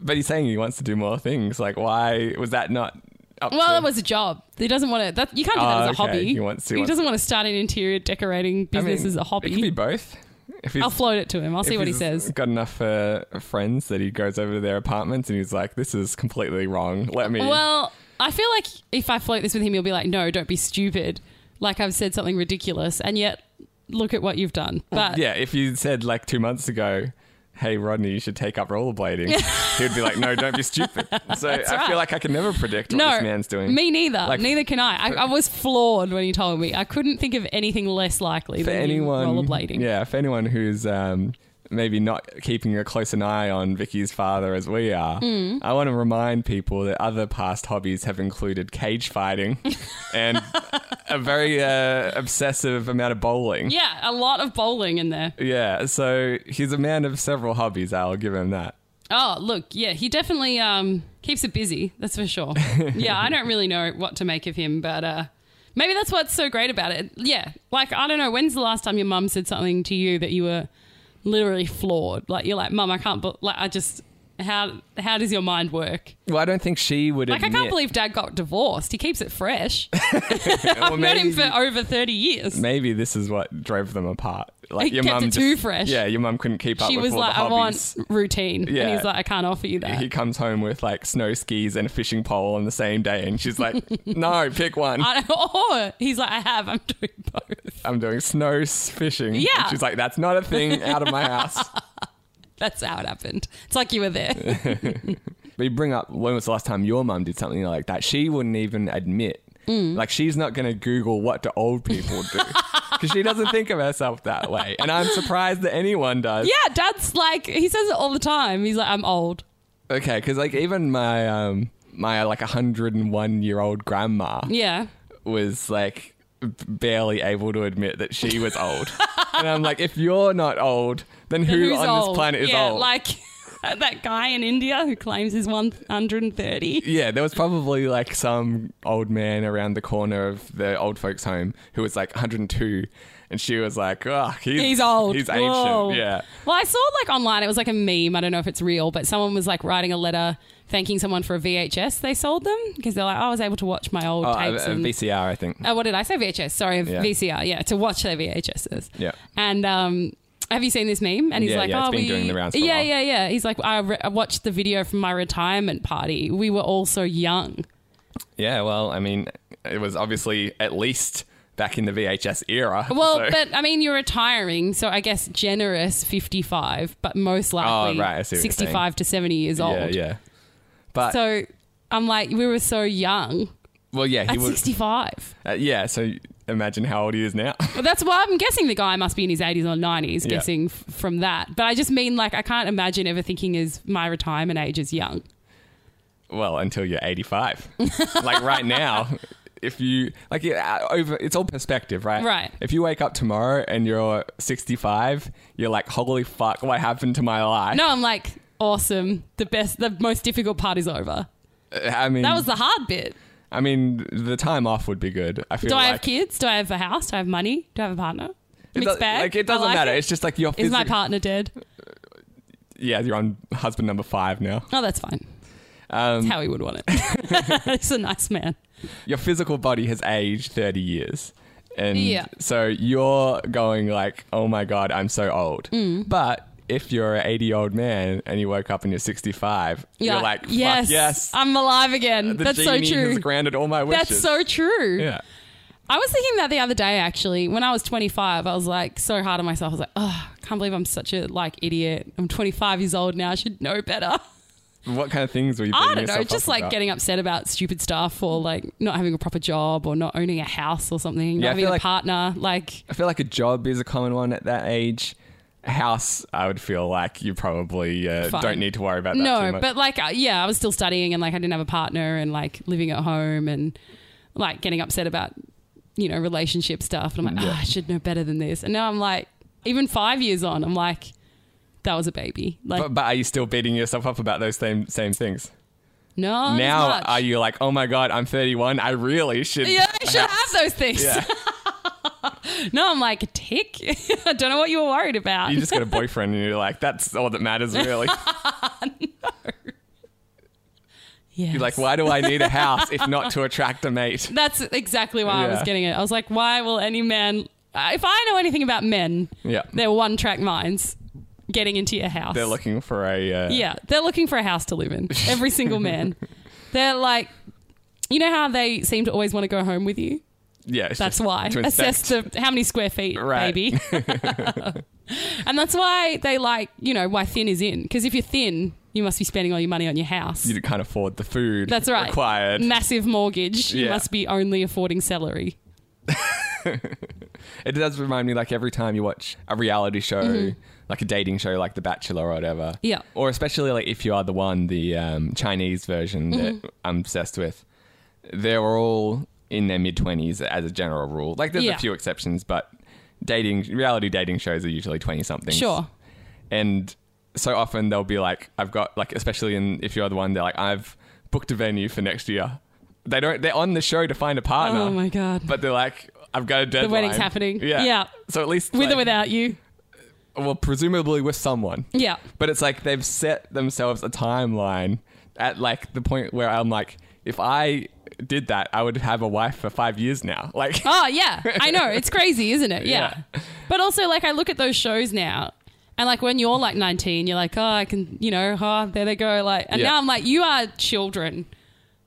[SPEAKER 3] but he's saying he wants to do more things. Like why was that not? Up
[SPEAKER 2] Well,
[SPEAKER 3] to-
[SPEAKER 2] it was a job. He doesn't want to. That, you can't do that
[SPEAKER 3] Oh,
[SPEAKER 2] as a
[SPEAKER 3] okay.
[SPEAKER 2] hobby.
[SPEAKER 3] He wants to- wants-
[SPEAKER 2] doesn't want to start an interior decorating
[SPEAKER 3] I mean,
[SPEAKER 2] business as a
[SPEAKER 3] It could
[SPEAKER 2] hobby.
[SPEAKER 3] be both. If he's,
[SPEAKER 2] I'll float it to him. I'll
[SPEAKER 3] if
[SPEAKER 2] see what he
[SPEAKER 3] he's
[SPEAKER 2] says.
[SPEAKER 3] Got enough uh, friends that he goes over to their apartments and he's like, "This is completely wrong. Let me."
[SPEAKER 2] Well, I feel like if I float this with him, he'll be like, "No, don't be stupid." Like I've said something ridiculous, and yet look at what you've done. But
[SPEAKER 3] Mm, yeah, if you said like two months ago, "Hey Rodney, you should take up rollerblading," he'd be like, "No, don't be stupid." So I
[SPEAKER 2] right.
[SPEAKER 3] feel like I can never predict what
[SPEAKER 2] no,
[SPEAKER 3] this man's doing.
[SPEAKER 2] me neither.
[SPEAKER 3] Like-
[SPEAKER 2] neither can I. I. I was floored when he told me. I couldn't think of anything less likely
[SPEAKER 3] for
[SPEAKER 2] than
[SPEAKER 3] anyone
[SPEAKER 2] you rollerblading.
[SPEAKER 3] Yeah, for anyone who's um, maybe not keeping a close an eye on Vicky's father as we are,
[SPEAKER 2] Mm.
[SPEAKER 3] I want to remind people that other past hobbies have included cage fighting and a very uh, obsessive amount of bowling.
[SPEAKER 2] Yeah, a lot of bowling in there.
[SPEAKER 3] Yeah, so he's a man of several hobbies. I'll give him that.
[SPEAKER 2] Oh, look, yeah, he definitely um, keeps it busy, that's for sure. yeah, I don't really know what to make of him, but uh, maybe that's what's so great about it. Yeah, like, I don't know, when's the last time your mum said something to you that you were literally floored? Like, you're like, mum, I can't, bel like, I just, how, how does your mind work?
[SPEAKER 3] Well, I don't think she would
[SPEAKER 2] Like, I can't believe dad got divorced. He keeps it fresh. I've known him for over 30 years.
[SPEAKER 3] Maybe this is what drove them apart. Like
[SPEAKER 2] He
[SPEAKER 3] your
[SPEAKER 2] kept
[SPEAKER 3] mum
[SPEAKER 2] it
[SPEAKER 3] just-
[SPEAKER 2] too fresh.
[SPEAKER 3] Yeah, your mum couldn't keep up
[SPEAKER 2] She
[SPEAKER 3] with
[SPEAKER 2] was
[SPEAKER 3] all
[SPEAKER 2] like,
[SPEAKER 3] the
[SPEAKER 2] I
[SPEAKER 3] hobbies.
[SPEAKER 2] want routine.
[SPEAKER 3] Yeah.
[SPEAKER 2] And he's like, I can't offer you that.
[SPEAKER 3] he comes home with like snow skis and a fishing pole on the same day, and she's like, "No, pick one.
[SPEAKER 2] I, or he's like, I have, I'm doing both.
[SPEAKER 3] I'm doing snow s- fishing." And
[SPEAKER 2] Yeah.
[SPEAKER 3] she's like, "That's not a thing out of my house."
[SPEAKER 2] That's how it happened. It's like you were there.
[SPEAKER 3] but you bring up when was the last time your mum did something like that? She wouldn't even admit.
[SPEAKER 2] Mm.
[SPEAKER 3] Like she's not going to Google what do old people do because she doesn't think of herself that way, and I'm surprised that anyone does.
[SPEAKER 2] yeah, dad's like, he says it all the time. He's like, I'm old.
[SPEAKER 3] Okay, because like even my um my like 101 year old grandma.
[SPEAKER 2] Yeah.
[SPEAKER 3] was like b- barely able to admit that she was old. and I'm like, if you're not old, then who
[SPEAKER 2] Who's
[SPEAKER 3] on
[SPEAKER 2] old?
[SPEAKER 3] this planet is
[SPEAKER 2] yeah,
[SPEAKER 3] old?
[SPEAKER 2] Like that guy in India who claims he's 130.
[SPEAKER 3] yeah, there was probably like some old man around the corner of the old folks' home who was like 102, and she was like, "Oh, he's,
[SPEAKER 2] He's old.
[SPEAKER 3] He's ancient."
[SPEAKER 2] Whoa.
[SPEAKER 3] Yeah,
[SPEAKER 2] Well, I saw like online, it was like a meme. I don't know if it's real, but someone was like writing a letter thanking someone for a VHS they sold them because they're like, "Oh, I was able to watch my old
[SPEAKER 3] oh, a,
[SPEAKER 2] tapes.
[SPEAKER 3] a
[SPEAKER 2] and-
[SPEAKER 3] VCR, I think.
[SPEAKER 2] Oh, what did I say? VHS. Sorry,
[SPEAKER 3] Yeah.
[SPEAKER 2] VCR. Yeah, to watch their VHSs.
[SPEAKER 3] Yeah.
[SPEAKER 2] And um, have you seen this meme? And he's
[SPEAKER 3] Yeah,
[SPEAKER 2] like,
[SPEAKER 3] yeah,
[SPEAKER 2] "Oh,
[SPEAKER 3] it's been
[SPEAKER 2] we
[SPEAKER 3] doing the rounds for a
[SPEAKER 2] yeah,
[SPEAKER 3] while."
[SPEAKER 2] yeah, yeah." He's like, I, re- "I watched the video from my retirement party. We were all so young."
[SPEAKER 3] Yeah, well, I mean, it was obviously at least back in the VHS era.
[SPEAKER 2] Well,
[SPEAKER 3] so-
[SPEAKER 2] but I mean, you're retiring, so I guess generous 55, but most likely
[SPEAKER 3] Oh, right, I see what you're saying.
[SPEAKER 2] 65 to 70 years old.
[SPEAKER 3] yeah, yeah. But
[SPEAKER 2] So I'm like, we were so young
[SPEAKER 3] well, yeah, he
[SPEAKER 2] at
[SPEAKER 3] was.
[SPEAKER 2] 65.
[SPEAKER 3] Uh, yeah, so imagine how old he is now.
[SPEAKER 2] Well, that's why I'm guessing the guy must be in his 80s or 90s,
[SPEAKER 3] Yeah.
[SPEAKER 2] guessing f- from that. But I just mean, like, I can't imagine ever thinking is my retirement age is young.
[SPEAKER 3] well, until you're 85. like right now, if you like yeah, uh, over, it's all perspective, right?
[SPEAKER 2] Right.
[SPEAKER 3] If you wake up tomorrow and you're 65, you're like, holy fuck, what happened to my life?
[SPEAKER 2] No, I'm like, awesome. The best, the most difficult part is over.
[SPEAKER 3] Uh, I mean,
[SPEAKER 2] That was the hard bit.
[SPEAKER 3] I mean, the time off would be good. I feel
[SPEAKER 2] Do I
[SPEAKER 3] Mm. like
[SPEAKER 2] have kids? Do I have a house? Do I have money? Do I have a partner?
[SPEAKER 3] It
[SPEAKER 2] Mixed
[SPEAKER 3] do-
[SPEAKER 2] bag.
[SPEAKER 3] Like it
[SPEAKER 2] I
[SPEAKER 3] doesn't
[SPEAKER 2] like
[SPEAKER 3] matter.
[SPEAKER 2] it.
[SPEAKER 3] It's just like your
[SPEAKER 2] Is my
[SPEAKER 3] physic-
[SPEAKER 2] partner dead?
[SPEAKER 3] Yeah, you're on husband number five now.
[SPEAKER 2] Oh, that's fine.
[SPEAKER 3] Um,
[SPEAKER 2] That's how he would want it. He's a nice man.
[SPEAKER 3] your physical body has aged 30 years. And
[SPEAKER 2] Yeah.
[SPEAKER 3] so you're going like, oh my God, I'm so old.
[SPEAKER 2] Mm.
[SPEAKER 3] But if you're an 80 year old man and you woke up and you're 65, you're, like, fuck yes.
[SPEAKER 2] I'm alive again.
[SPEAKER 3] the
[SPEAKER 2] That's so
[SPEAKER 3] genie
[SPEAKER 2] true.
[SPEAKER 3] has granted all my wishes.
[SPEAKER 2] That's so true.
[SPEAKER 3] Yeah.
[SPEAKER 2] I was thinking that the other day, actually. When I was 25, I was like so hard on myself. I was like, oh, I can't believe I'm such a like idiot. I'm 25 years old now. I should know better.
[SPEAKER 3] What kind of things were you beating
[SPEAKER 2] I don't know,
[SPEAKER 3] yourself
[SPEAKER 2] just
[SPEAKER 3] up
[SPEAKER 2] like
[SPEAKER 3] about?
[SPEAKER 2] getting upset about stupid stuff or like not having a proper job or not owning a house or something,
[SPEAKER 3] Yeah, I
[SPEAKER 2] not having
[SPEAKER 3] feel
[SPEAKER 2] a
[SPEAKER 3] like-
[SPEAKER 2] partner. Like,
[SPEAKER 3] I feel like a job is a common one at that age. A House, I would feel like you probably uh,
[SPEAKER 2] Fine.
[SPEAKER 3] don't need to worry about that too
[SPEAKER 2] no,
[SPEAKER 3] much.
[SPEAKER 2] but like, uh, yeah, I was still studying and like I didn't have a partner and like living at home and like getting upset about, you know, relationship stuff. And I'm like,
[SPEAKER 3] Mm, Yeah.
[SPEAKER 2] oh, I should know better than this. And now I'm like, even five years on, I'm like, that was a baby. Like,
[SPEAKER 3] but, but are you still beating yourself up about those same same things?
[SPEAKER 2] no, not as
[SPEAKER 3] now
[SPEAKER 2] Oh, much.
[SPEAKER 3] are you like, oh my god, I'm 31. I really should.
[SPEAKER 2] Yeah, I should have those things.
[SPEAKER 3] Yeah.
[SPEAKER 2] No, I'm like, tick. I don't know what you were worried about.
[SPEAKER 3] You just got a boyfriend, and you're like, that's all that matters, really.
[SPEAKER 2] yes.
[SPEAKER 3] You're like, why do I need a house if not to attract a mate?
[SPEAKER 2] That's exactly why I was
[SPEAKER 3] Yeah.
[SPEAKER 2] getting it. I was like, why will any man, uh, if I know anything about men,
[SPEAKER 3] Yeah,
[SPEAKER 2] they're one track minds getting into your house.
[SPEAKER 3] they're looking for a. Uh,
[SPEAKER 2] Yeah, they're looking for a house to live in. Every single man. They're like, you know how they seem to always want to go home with you?
[SPEAKER 3] yeah. it's
[SPEAKER 2] That's
[SPEAKER 3] just
[SPEAKER 2] why.
[SPEAKER 3] to
[SPEAKER 2] Assess
[SPEAKER 3] inspect.
[SPEAKER 2] the how many square feet,
[SPEAKER 3] Right.
[SPEAKER 2] baby. and that's why they like, you know, why thin is in. Because if you're thin, you must be spending all your money on your house.
[SPEAKER 3] You can't afford the food.
[SPEAKER 2] that's right.
[SPEAKER 3] Required.
[SPEAKER 2] Massive mortgage. You
[SPEAKER 3] Yeah.
[SPEAKER 2] must be only affording celery.
[SPEAKER 3] It does remind me, like every time you watch a reality show, like a dating show, like The Bachelor or whatever.
[SPEAKER 2] Mm-hmm. Yeah.
[SPEAKER 3] Or especially like if you are the one, the um, Chinese version
[SPEAKER 2] Mm-hmm.
[SPEAKER 3] that I'm obsessed with. They're all in their mid twenties as a general rule. Like there's
[SPEAKER 2] Yeah.
[SPEAKER 3] a few exceptions, but dating reality dating shows are usually twenty something.
[SPEAKER 2] Sure.
[SPEAKER 3] And so often they'll be like, I've got like, especially in if you're the one, they're like, I've booked a venue for next year. They don't. They're on the show to find a partner.
[SPEAKER 2] Oh my God.
[SPEAKER 3] But they're like, I've got a deadline.
[SPEAKER 2] wedding's happening.
[SPEAKER 3] Yeah.
[SPEAKER 2] Yeah.
[SPEAKER 3] So at least
[SPEAKER 2] With
[SPEAKER 3] like-
[SPEAKER 2] or without you.
[SPEAKER 3] Well, presumably with someone.
[SPEAKER 2] Yeah.
[SPEAKER 3] But it's like they've set themselves a timeline at like the point where I'm like, if I did that, I would have a wife for five years now. Like,
[SPEAKER 2] Oh yeah, I know. It's crazy, isn't it? Yeah.
[SPEAKER 3] Yeah.
[SPEAKER 2] But also, like, I look at those shows now, and like when you're like 19, you're like, oh, I can, you know, oh, there they go. Like, and
[SPEAKER 3] Yeah.
[SPEAKER 2] now I'm like, you are children.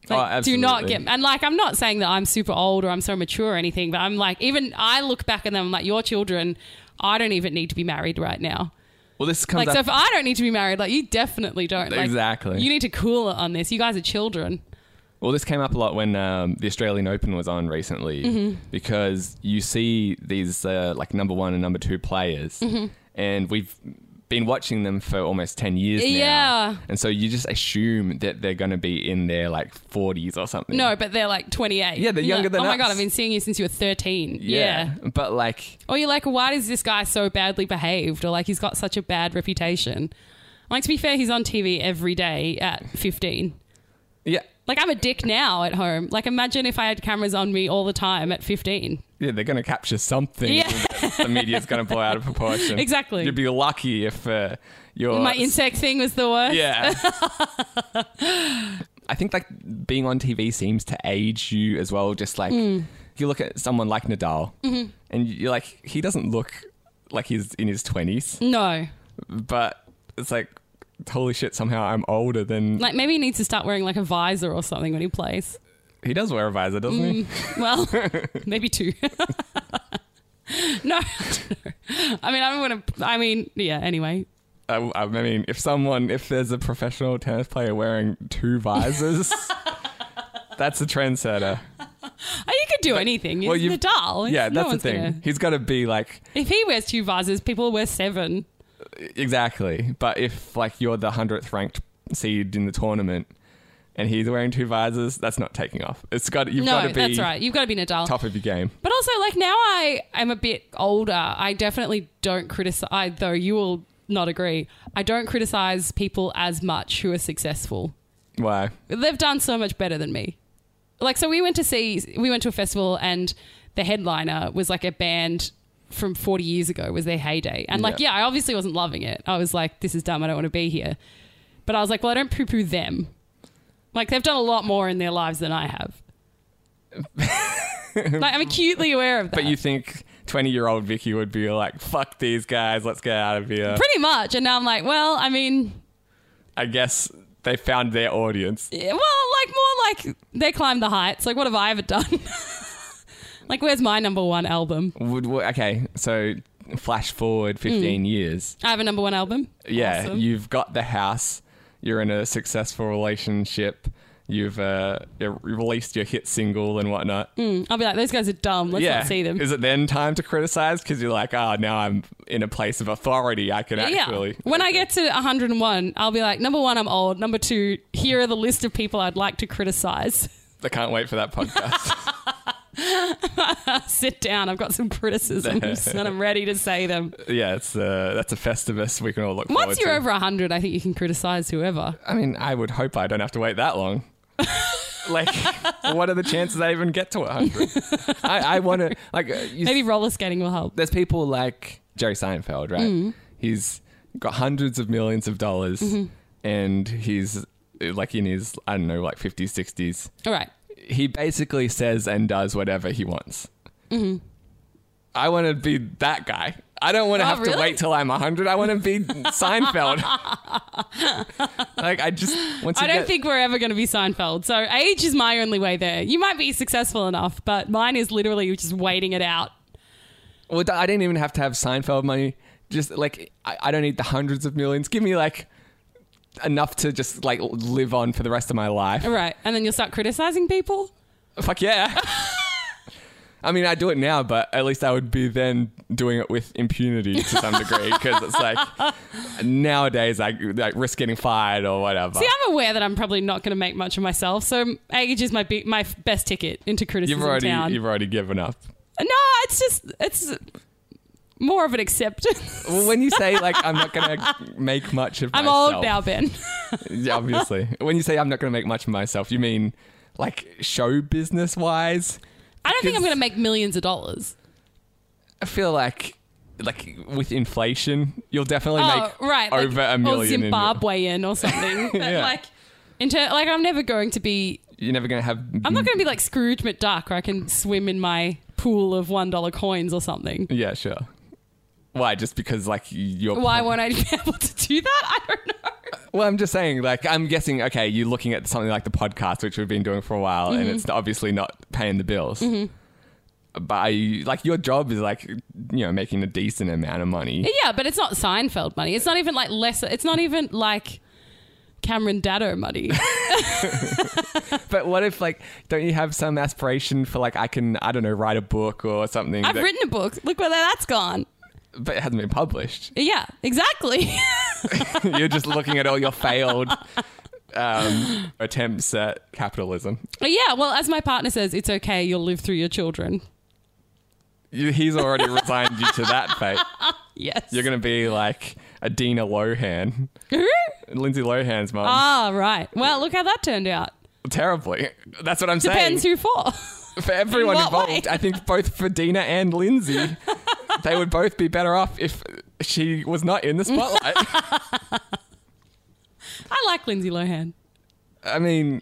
[SPEAKER 2] Like,
[SPEAKER 3] Oh,
[SPEAKER 2] do not get
[SPEAKER 3] absolutely.
[SPEAKER 2] and like I'm not saying that I'm super old or I'm so mature or anything, but I'm like even I look back at them I'm like your children, I don't even need to be married right now.
[SPEAKER 3] well, this
[SPEAKER 2] Like
[SPEAKER 3] comes up.
[SPEAKER 2] so if I don't need to be married, like you definitely don't. Like,
[SPEAKER 3] Exactly.
[SPEAKER 2] You need to cool it on this. You guys are children.
[SPEAKER 3] Well, this came up a lot when um, the Australian Open was on recently
[SPEAKER 2] Mm-hmm.
[SPEAKER 3] because you see these uh, like number one and number two players,
[SPEAKER 2] Mm-hmm.
[SPEAKER 3] and we've been watching them for almost 10 years now.
[SPEAKER 2] Yeah.
[SPEAKER 3] And so you just assume that they're going to be in their like 40s or something.
[SPEAKER 2] No, but they're like 28.
[SPEAKER 3] Yeah, they're
[SPEAKER 2] You're
[SPEAKER 3] younger
[SPEAKER 2] like,
[SPEAKER 3] than
[SPEAKER 2] Oh my
[SPEAKER 3] us.
[SPEAKER 2] god, I've been seeing you since you were 13. yeah.
[SPEAKER 3] But like,
[SPEAKER 2] Or you're like, why is this guy so badly behaved? Or like, he's got such a bad reputation. Like, to be fair, he's on TV every day at 15.
[SPEAKER 3] yeah.
[SPEAKER 2] Like, I'm a dick now at home. Like, imagine if I had cameras on me all the time at 15.
[SPEAKER 3] Yeah, they're going to capture something.
[SPEAKER 2] Yeah.
[SPEAKER 3] that the media's going to blow out of proportion.
[SPEAKER 2] Exactly.
[SPEAKER 3] You'd be lucky if uh, your
[SPEAKER 2] My insect thing was the worst.
[SPEAKER 3] Yeah. I think like being on TV seems to age you as well. Just like
[SPEAKER 2] Hmm.
[SPEAKER 3] you look at someone like Nadal,
[SPEAKER 2] Mm-hmm.
[SPEAKER 3] and you're like, he doesn't look like he's in his twenties,
[SPEAKER 2] No. Mm.
[SPEAKER 3] but it's like, holy shit! Somehow I'm older than
[SPEAKER 2] Like, maybe he needs to start wearing like a visor or something when he plays.
[SPEAKER 3] he does wear a visor, doesn't
[SPEAKER 2] Mm.
[SPEAKER 3] he?
[SPEAKER 2] Well, maybe two. no, I don't know. I mean, I don't want to. I mean, yeah. Anyway,
[SPEAKER 3] I, I mean, if someone, if there's a professional tennis player wearing two visors, that's a trendsetter.
[SPEAKER 2] Oh, you could do anything. Well, you
[SPEAKER 3] you've-
[SPEAKER 2] Nadal.
[SPEAKER 3] Yeah,
[SPEAKER 2] No
[SPEAKER 3] that's the
[SPEAKER 2] one's
[SPEAKER 3] thing.
[SPEAKER 2] gonna-
[SPEAKER 3] He's got to be like
[SPEAKER 2] If he wears two vases, people wear seven.
[SPEAKER 3] exactly. But if like you're the hundredth ranked seed in the tournament, and he's wearing two visors, that's not taking off. It's got you've got
[SPEAKER 2] No,
[SPEAKER 3] to be
[SPEAKER 2] that's right. You've got to be Nadal.
[SPEAKER 3] top of your game.
[SPEAKER 2] But also, like now, I am a bit older. I definitely don't criticize. I, though you will not agree, I don't criticize people as much who are successful.
[SPEAKER 3] Why?
[SPEAKER 2] They've done so much better than me. Like, so we went to see, we went to a festival, and the headliner was like a band from 40 years ago was their heyday. And like,
[SPEAKER 3] Yeah.
[SPEAKER 2] yeah, I obviously wasn't loving it. I was like, this is dumb. I don't want to be here. But I was like, well, I don't poo poo them. Like, they've done a lot more in their lives than I have. like, I'm acutely aware of that.
[SPEAKER 3] But you think twenty year old Vicky would be like, "Fuck these guys, let's get out of here."
[SPEAKER 2] Pretty much. And now I'm like, well, I mean,
[SPEAKER 3] I guess they found their audience.
[SPEAKER 2] yeah, well, like more like they climbed the heights. Like, what have I ever done? like, where's my number one album?
[SPEAKER 3] Would, would- okay, so flash forward
[SPEAKER 2] Mm.
[SPEAKER 3] fifteen years.
[SPEAKER 2] I have a number one album.
[SPEAKER 3] Yeah,
[SPEAKER 2] Awesome.
[SPEAKER 3] you've got the house. You're in a successful relationship. You've uh, you released your hit single and whatnot.
[SPEAKER 2] I'll be like, those guys are dumb. Let's
[SPEAKER 3] yeah,
[SPEAKER 2] not Mm, see them.
[SPEAKER 3] Is it then time to criticize? Because you're like, oh, now I'm in a place of authority. I can actually.
[SPEAKER 2] Yeah. When I get to 101, I'll be like, number one, I'm old. Number two, here are the list of people I'd like to criticize.
[SPEAKER 3] I can't wait for that podcast.
[SPEAKER 2] Sit down. I've got some criticisms and I'm ready to say them.
[SPEAKER 3] yeah, it's uh, that's a festivus we can all look forward
[SPEAKER 2] Once
[SPEAKER 3] to.
[SPEAKER 2] you're over 100, I think you can criticize whoever.
[SPEAKER 3] I mean, I would hope I don't have to wait that long. like, what are the chances I even get to 100? I, I want to, like, uh, you
[SPEAKER 2] Maybe roller skating will help.
[SPEAKER 3] there's people like Jerry Seinfeld, right?
[SPEAKER 2] Mm.
[SPEAKER 3] He's got hundreds of millions of dollars
[SPEAKER 2] Mm-hmm.
[SPEAKER 3] and he's uh, like in his, I don't know, like 50s, 60s.
[SPEAKER 2] All right.
[SPEAKER 3] He basically says and does whatever he wants.
[SPEAKER 2] Mm-hmm.
[SPEAKER 3] I want to be that guy. I don't want to
[SPEAKER 2] Oh,
[SPEAKER 3] have to
[SPEAKER 2] really?
[SPEAKER 3] wait till I'm 100. I want to be Seinfeld. like, I just, once
[SPEAKER 2] I
[SPEAKER 3] you
[SPEAKER 2] don't
[SPEAKER 3] get-
[SPEAKER 2] think we're ever going to be Seinfeld. So age is my only way there. You might be successful enough, but mine is literally just waiting it out.
[SPEAKER 3] Well, I didn't even have to have Seinfeld money. Just like I, I don't need the hundreds of millions. Give me like enough to just like live on for the rest of my life.
[SPEAKER 2] All right. And then you'll start criticizing people.
[SPEAKER 3] Fuck yeah. I mean, I do it now, but at least I would be then doing it with impunity to some degree because it's like nowadays I like, risk getting fired or whatever.
[SPEAKER 2] See, I'm aware that I'm probably not going to make much of myself. So age is my big, my f- best ticket into criticism
[SPEAKER 3] you've already
[SPEAKER 2] town.
[SPEAKER 3] you've already given up.
[SPEAKER 2] no, it's just it's more of an acceptance.
[SPEAKER 3] Well, when you say like I'm not gonna make much of
[SPEAKER 2] I'm
[SPEAKER 3] myself,
[SPEAKER 2] old now, Ben.
[SPEAKER 3] Yeah, obviously. when you say I'm not going to make much of myself, you mean like show business wise?
[SPEAKER 2] I don't think I'm
[SPEAKER 3] Because-
[SPEAKER 2] going to make millions of dollars.
[SPEAKER 3] I feel like like with inflation, you'll definitely
[SPEAKER 2] Oh,
[SPEAKER 3] make
[SPEAKER 2] right, like-
[SPEAKER 3] over a million.
[SPEAKER 2] or
[SPEAKER 3] in-
[SPEAKER 2] Zimbabwean or something. But
[SPEAKER 3] Yeah.
[SPEAKER 2] like, in ter- like I'm never going to be
[SPEAKER 3] you're never going to have.
[SPEAKER 2] I'm not going to be like Scrooge McDuck where I can swim in my pool of $1 coins or something.
[SPEAKER 3] Yeah, sure. Why? Just because like you're.
[SPEAKER 2] Why won't I be able to do that? I don't know.
[SPEAKER 3] Well, I'm just saying. Like I'm guessing. Okay, you're looking at something like the podcast, which we've been doing for a while,
[SPEAKER 2] Mm-hmm.
[SPEAKER 3] and it's obviously not paying the bills. But I, like your job is like you know making a decent amount of money.
[SPEAKER 2] Yeah, but it's not Seinfeld money. It's not even like lesser. It's not even like Cameron Daddo money.
[SPEAKER 3] But what if like don't you have some aspiration for like I can I don't know write a book or something?
[SPEAKER 2] I've
[SPEAKER 3] that-
[SPEAKER 2] written a book. Look where that's gone.
[SPEAKER 3] but it hasn't been published.
[SPEAKER 2] Yeah, exactly.
[SPEAKER 3] You're just looking at all your failed um, attempts at capitalism.
[SPEAKER 2] But yeah, well, as my partner says, it's okay. You'll live through your children.
[SPEAKER 3] You, he's already resigned you to that fate.
[SPEAKER 2] Yes.
[SPEAKER 3] You're gonna be like Adina Lohan, Lindsay Lohan's mom.
[SPEAKER 2] ah, right. Well, look how that turned out.
[SPEAKER 3] Terribly. That's what I'm
[SPEAKER 2] Depends
[SPEAKER 3] saying.
[SPEAKER 2] who for.
[SPEAKER 3] for everyone
[SPEAKER 2] in what
[SPEAKER 3] involved,
[SPEAKER 2] way?
[SPEAKER 3] I think both for Dina and Lindsay, they would both be better off if she was not in the spotlight.
[SPEAKER 2] I like Lindsay Lohan.
[SPEAKER 3] I mean,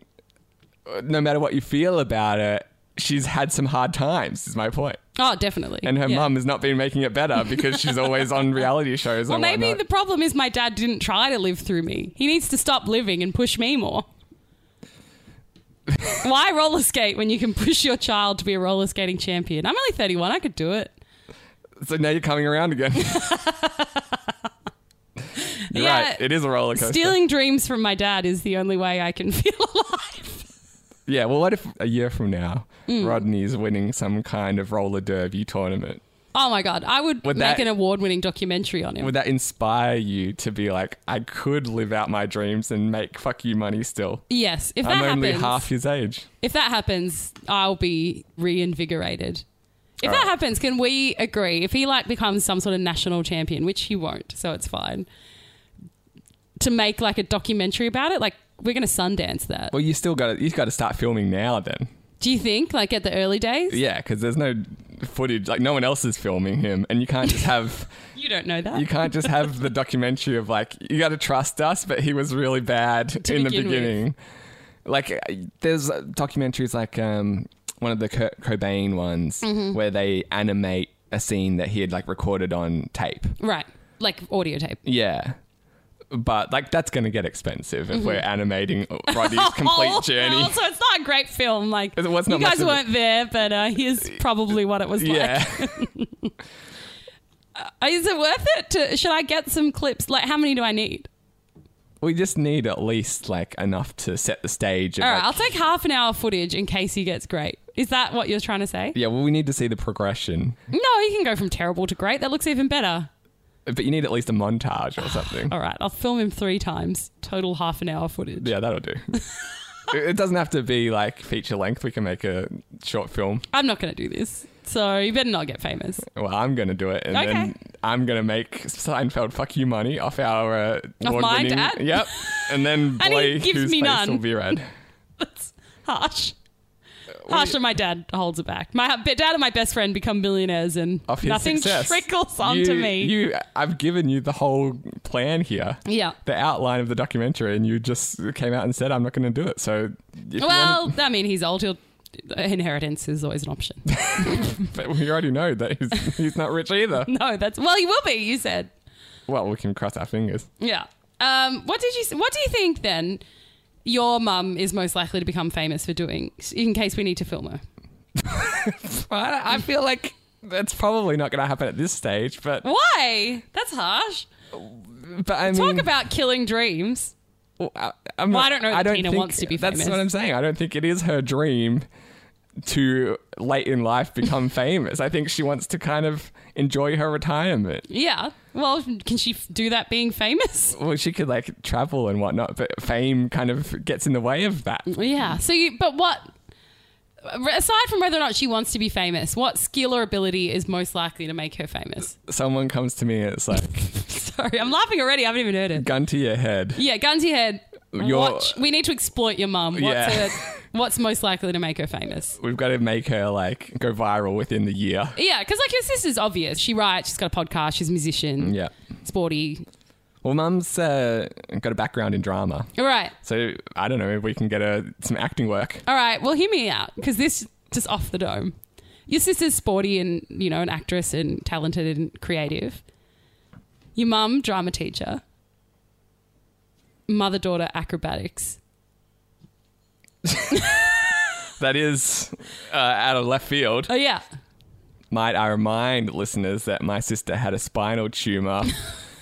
[SPEAKER 3] no matter what you feel about it, she's had some hard times. Is my point.
[SPEAKER 2] Oh, definitely.
[SPEAKER 3] And her
[SPEAKER 2] Yeah.
[SPEAKER 3] mum has not been making it better because she's always on reality shows.
[SPEAKER 2] Well,
[SPEAKER 3] and
[SPEAKER 2] maybe
[SPEAKER 3] whatnot.
[SPEAKER 2] the problem is my dad didn't try to live through me. He needs to stop living and push me more. Why roller skate when you can push your child to be a roller skating champion? I'm only 31. I could do it.
[SPEAKER 3] so now you're coming around again. You're
[SPEAKER 2] Yeah.
[SPEAKER 3] right. It is a roller coaster.
[SPEAKER 2] Stealing dreams from my dad is the only way I can feel alive.
[SPEAKER 3] Yeah, well, what if a year from now,
[SPEAKER 2] Mm.
[SPEAKER 3] Rodney's winning some kind of roller derby tournament?
[SPEAKER 2] Oh my god, I would,
[SPEAKER 3] Would
[SPEAKER 2] make
[SPEAKER 3] that-
[SPEAKER 2] an award-winning documentary on him.
[SPEAKER 3] Would that inspire you to be like, I could live out my dreams and make fuck you money still?
[SPEAKER 2] yes, if that
[SPEAKER 3] I'm only
[SPEAKER 2] happens,
[SPEAKER 3] half his age.
[SPEAKER 2] if that happens, I'll be reinvigorated. If that happens, can we agree? If he like becomes some sort of national champion, which he won't, so it's fine. To make like a documentary about it, like we're gonna Sundance that.
[SPEAKER 3] Well, you still got to, you've got to start filming now then.
[SPEAKER 2] Do you think like at the early days?
[SPEAKER 3] Yeah, because there's no footage. Like no one else is filming him, and you can't just have
[SPEAKER 2] You don't know that.
[SPEAKER 3] you can't just have the documentary of like you got to trust us, but he was really bad
[SPEAKER 2] begin
[SPEAKER 3] in the
[SPEAKER 2] with.
[SPEAKER 3] beginning. Like uh, there's uh, documentaries like um, one of the Kurt Cobain ones
[SPEAKER 2] Mm-hmm.
[SPEAKER 3] where they animate a scene that he had like recorded on tape.
[SPEAKER 2] Right. Like audio tape.
[SPEAKER 3] Yeah. But like that's going to get expensive if we're animating Roddy's complete journey.
[SPEAKER 2] Also, Mm-hmm. Oh, it's not a great film. Like
[SPEAKER 3] It was not
[SPEAKER 2] you guys
[SPEAKER 3] much of a-
[SPEAKER 2] weren't there, but uh, here's probably what it was like.
[SPEAKER 3] Yeah.
[SPEAKER 2] Is it worth it? To, should I get some clips? Like, how many do I need?
[SPEAKER 3] we just need at least like enough to set the stage. Of,
[SPEAKER 2] All right,
[SPEAKER 3] like,
[SPEAKER 2] I'll take half an hour footage in case he gets great. Is that what you're trying to say?
[SPEAKER 3] Yeah, well, we need to see the progression,
[SPEAKER 2] No, he can go from terrible to great. That looks even better.
[SPEAKER 3] but you need at least a montage or something.
[SPEAKER 2] All right, I'll film him three times. Total half an hour footage.
[SPEAKER 3] Yeah, that'll do. It- it doesn't have to be like feature length. We can make a short film.
[SPEAKER 2] I'm not going to do this. So you better not get famous.
[SPEAKER 3] Well, I'm going to do it, and then
[SPEAKER 2] Okay.
[SPEAKER 3] I'm going to make Seinfeld fuck you money off our uh,
[SPEAKER 2] Off
[SPEAKER 3] award
[SPEAKER 2] my
[SPEAKER 3] winning.
[SPEAKER 2] dad?
[SPEAKER 3] Yep, and then
[SPEAKER 2] And he
[SPEAKER 3] Blake,
[SPEAKER 2] gives
[SPEAKER 3] whose
[SPEAKER 2] me
[SPEAKER 3] face
[SPEAKER 2] none.
[SPEAKER 3] will be red.
[SPEAKER 2] That's harsh. Harsh, and my dad holds it back. My my dad and my best friend become millionaires, and
[SPEAKER 3] Off his
[SPEAKER 2] nothing
[SPEAKER 3] success.
[SPEAKER 2] trickles onto
[SPEAKER 3] You-
[SPEAKER 2] me.
[SPEAKER 3] You, I've given you the whole plan here.
[SPEAKER 2] yeah.
[SPEAKER 3] The outline of the documentary, and you just came out and said, "I'm not going to do it." So, if you wanna-
[SPEAKER 2] Well, I mean, he's old. He'll, inheritance is always an option.
[SPEAKER 3] But we already know that he's, he's not rich either.
[SPEAKER 2] no, that's well, he will be. You said,
[SPEAKER 3] Well, we can cross our fingers.
[SPEAKER 2] yeah. Um, what did you? s- What do you think then? Your mum is most likely to become famous for doing, in case we need to film her.
[SPEAKER 3] I, I feel like that's probably not going to happen at this stage, but
[SPEAKER 2] Why? That's harsh.
[SPEAKER 3] but I mean,
[SPEAKER 2] Talk about killing dreams.
[SPEAKER 3] I, I'm
[SPEAKER 2] Well,
[SPEAKER 3] not-
[SPEAKER 2] I don't know that Tina
[SPEAKER 3] think-
[SPEAKER 2] wants to be
[SPEAKER 3] That's
[SPEAKER 2] famous.
[SPEAKER 3] what I'm saying. I don't think it is her dream to late in life become famous. I think she wants to kind of enjoy her retirement.
[SPEAKER 2] Yeah. Well, can she f- do that being famous?
[SPEAKER 3] Well, she could like travel and whatnot, but fame kind of gets in the way of that.
[SPEAKER 2] Mm. Yeah. So, you, but what? Aside from whether or not she wants to be famous, what skill or ability is most likely to make her famous?
[SPEAKER 3] Someone comes to me and it's like,
[SPEAKER 2] Sorry, I'm laughing already. I haven't even heard it.
[SPEAKER 3] gun to your head.
[SPEAKER 2] Yeah, gun to your head.
[SPEAKER 3] Your-
[SPEAKER 2] Watch. We need to exploit your mum. What's,
[SPEAKER 3] Yeah.
[SPEAKER 2] her- what's most likely to make her famous?
[SPEAKER 3] We've got to make her like go viral within the year.
[SPEAKER 2] Yeah, because like your sister's obvious. She writes. She's got a podcast. She's a musician.
[SPEAKER 3] Yeah.
[SPEAKER 2] Sporty.
[SPEAKER 3] Well, mum's uh, got a background in drama.
[SPEAKER 2] All right.
[SPEAKER 3] So I don't know if we can get her some acting work.
[SPEAKER 2] All right. Well, hear me out because this just off the dome. Your sister's sporty and you know an actress and talented and creative. Your mum drama teacher. Mother daughter acrobatics.
[SPEAKER 3] That is uh, out of left field.
[SPEAKER 2] Oh yeah.
[SPEAKER 3] Might I remind listeners that my sister had a spinal tumor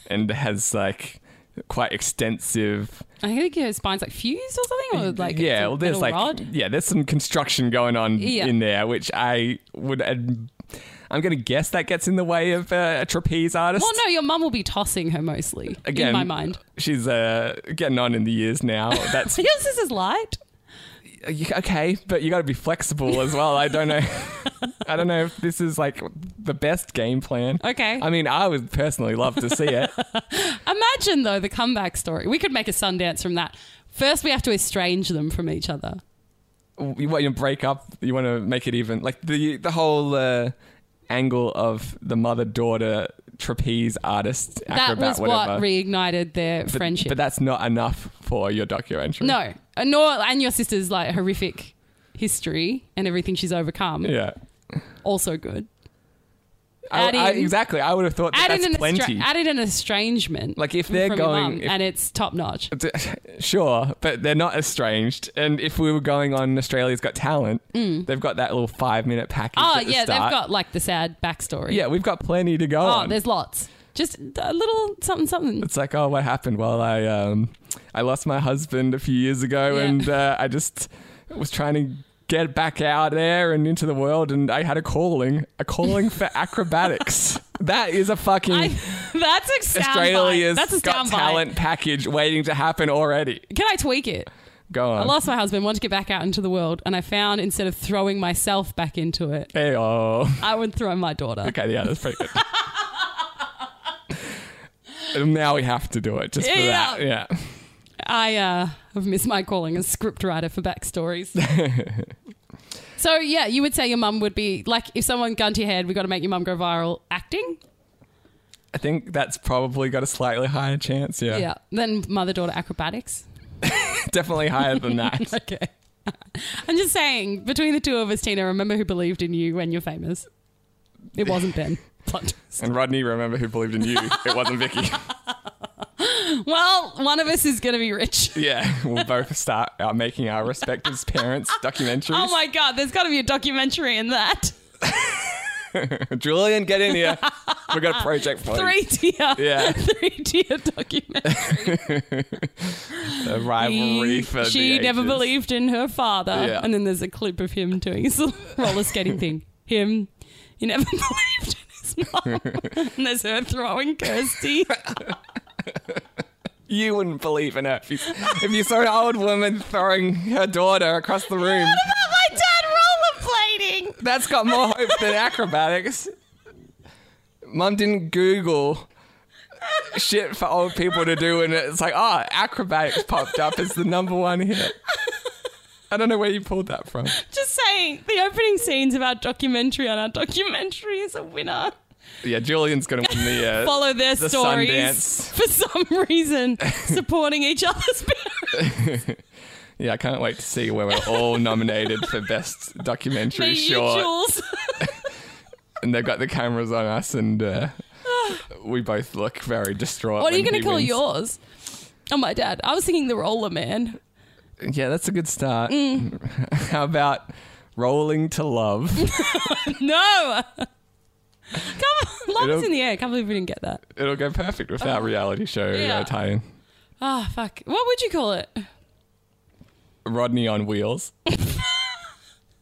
[SPEAKER 3] and has like quite extensive.
[SPEAKER 2] I think her spine's like fused or something, or like it's
[SPEAKER 3] yeah,
[SPEAKER 2] a
[SPEAKER 3] well,
[SPEAKER 2] metal
[SPEAKER 3] there's like
[SPEAKER 2] rod.
[SPEAKER 3] yeah, there's some construction going on
[SPEAKER 2] Yeah.
[SPEAKER 3] in there, which I would. Ad- I'm gonna guess that gets in the way of uh, a trapeze artist.
[SPEAKER 2] Well, no, your mum will be tossing her mostly.
[SPEAKER 3] Again,
[SPEAKER 2] in my mind.
[SPEAKER 3] she's uh, getting on in the years now. That's
[SPEAKER 2] Your sister's light.
[SPEAKER 3] you- okay, but you got to be flexible as well. I don't know. I don't know if this is like the best game plan.
[SPEAKER 2] Okay.
[SPEAKER 3] I mean, I would personally love to see it.
[SPEAKER 2] Imagine though the comeback story. We could make a Sundance from that. First, we have to estrange them from each other.
[SPEAKER 3] you want to break up. You want to make it even like the the whole uh, angle of the mother daughter trapeze artist
[SPEAKER 2] That was
[SPEAKER 3] acrobat whatever.
[SPEAKER 2] what reignited their
[SPEAKER 3] but,
[SPEAKER 2] friendship.
[SPEAKER 3] But that's not enough for your documentary.
[SPEAKER 2] no, Uh, nor and your sister's like horrific history and everything she's overcome.
[SPEAKER 3] Yeah.
[SPEAKER 2] Also good.
[SPEAKER 3] I,
[SPEAKER 2] Add
[SPEAKER 3] I-
[SPEAKER 2] in-
[SPEAKER 3] exactly. I would have thought that
[SPEAKER 2] Add in,
[SPEAKER 3] that's
[SPEAKER 2] an estra-
[SPEAKER 3] plenty.
[SPEAKER 2] add in an estrangement.
[SPEAKER 3] Like, if they're
[SPEAKER 2] from your
[SPEAKER 3] going-
[SPEAKER 2] mum,
[SPEAKER 3] if-
[SPEAKER 2] and it's top notch.
[SPEAKER 3] D- Sure, but they're not estranged. And if we were going on Australia's Got Talent, they've got that little five minute package.
[SPEAKER 2] Mm. Oh
[SPEAKER 3] at the
[SPEAKER 2] yeah,
[SPEAKER 3] start.
[SPEAKER 2] they've got like the sad backstory.
[SPEAKER 3] Yeah, we've got plenty to go
[SPEAKER 2] Oh,
[SPEAKER 3] on.
[SPEAKER 2] there's lots. Just a little something, something.
[SPEAKER 3] It's like, oh, what happened? Well, I um, I lost my husband a few years ago,
[SPEAKER 2] Yeah.
[SPEAKER 3] and uh, I just was trying to get back out there and into the world, and I had a calling, a calling for acrobatics. That is a fucking
[SPEAKER 2] I, that's a soundbite.
[SPEAKER 3] Australia's
[SPEAKER 2] That's a
[SPEAKER 3] Got
[SPEAKER 2] soundbite.
[SPEAKER 3] Talent package waiting to happen already.
[SPEAKER 2] Can I tweak it?
[SPEAKER 3] Go on.
[SPEAKER 2] I lost my husband, wanted to get back out into the world, and I found instead of throwing myself back into it,
[SPEAKER 3] Hey, oh.
[SPEAKER 2] I would throw my daughter.
[SPEAKER 3] Okay, yeah, that's pretty good. And now we have to do it just for
[SPEAKER 2] Yeah.
[SPEAKER 3] that. Yeah.
[SPEAKER 2] I uh, have missed my calling as scriptwriter for backstories. so yeah, you would say your mum would be like if someone gunned to your head, we got to make your mum go viral. Acting,
[SPEAKER 3] I think that's probably got a slightly higher chance. Yeah.
[SPEAKER 2] yeah. Then mother daughter acrobatics.
[SPEAKER 3] Definitely higher than that.
[SPEAKER 2] Okay. I'm just saying, between the two of us, Tina, remember who believed in you when you're famous. It wasn't Ben. Plot twist.
[SPEAKER 3] and Rodney, remember who believed in you? It wasn't Vicky.
[SPEAKER 2] well, one of us is going to be rich.
[SPEAKER 3] yeah. We'll both start uh, making our respective parents documentaries.
[SPEAKER 2] Oh my God, there's got to be a documentary in that.
[SPEAKER 3] Julian, get in here. we got a project for
[SPEAKER 2] Three tier.
[SPEAKER 3] Yeah.
[SPEAKER 2] Three tier documentary.
[SPEAKER 3] you. A rivalry for
[SPEAKER 2] she
[SPEAKER 3] the
[SPEAKER 2] never
[SPEAKER 3] ages.
[SPEAKER 2] believed in her father.
[SPEAKER 3] Yeah.
[SPEAKER 2] And then there's a clip of him doing his little roller skating thing. Him, he never believed in his mom. and there's her throwing Kirsty.
[SPEAKER 3] You wouldn't believe in her if you, if you saw an old woman throwing her daughter across the room.
[SPEAKER 2] my dad rollerblading.
[SPEAKER 3] That's got more hope than acrobatics. Mum didn't Google shit for old people to do, and it's like, oh, acrobatics popped up as the number one hit. I don't know where you pulled that from.
[SPEAKER 2] Just saying, the opening scenes of our documentary and our documentary is a winner.
[SPEAKER 3] Yeah, Julian's gonna win the uh,
[SPEAKER 2] Follow their
[SPEAKER 3] the
[SPEAKER 2] stories
[SPEAKER 3] Sundance.
[SPEAKER 2] for some reason, supporting each other's parents.
[SPEAKER 3] Yeah, I can't wait to see where we're all nominated for best documentary
[SPEAKER 2] Me, you,
[SPEAKER 3] short,
[SPEAKER 2] Jules.
[SPEAKER 3] and they've got the cameras on us, and uh, we both look very distraught.
[SPEAKER 2] What are you
[SPEAKER 3] when
[SPEAKER 2] going
[SPEAKER 3] he
[SPEAKER 2] to call
[SPEAKER 3] wins.
[SPEAKER 2] yours? Oh, my dad. I was thinking the roller man.
[SPEAKER 3] Yeah, that's a good start.
[SPEAKER 2] Mm.
[SPEAKER 3] How about rolling to love?
[SPEAKER 2] No. Come on. Love
[SPEAKER 3] It'll-
[SPEAKER 2] is in the air. I can't believe we didn't get that.
[SPEAKER 3] It'll go perfect with that reality show
[SPEAKER 2] Oh. Yeah.
[SPEAKER 3] uh, tie-in.
[SPEAKER 2] Ah, fuck. What would you call it?
[SPEAKER 3] Rodney on wheels. Mm,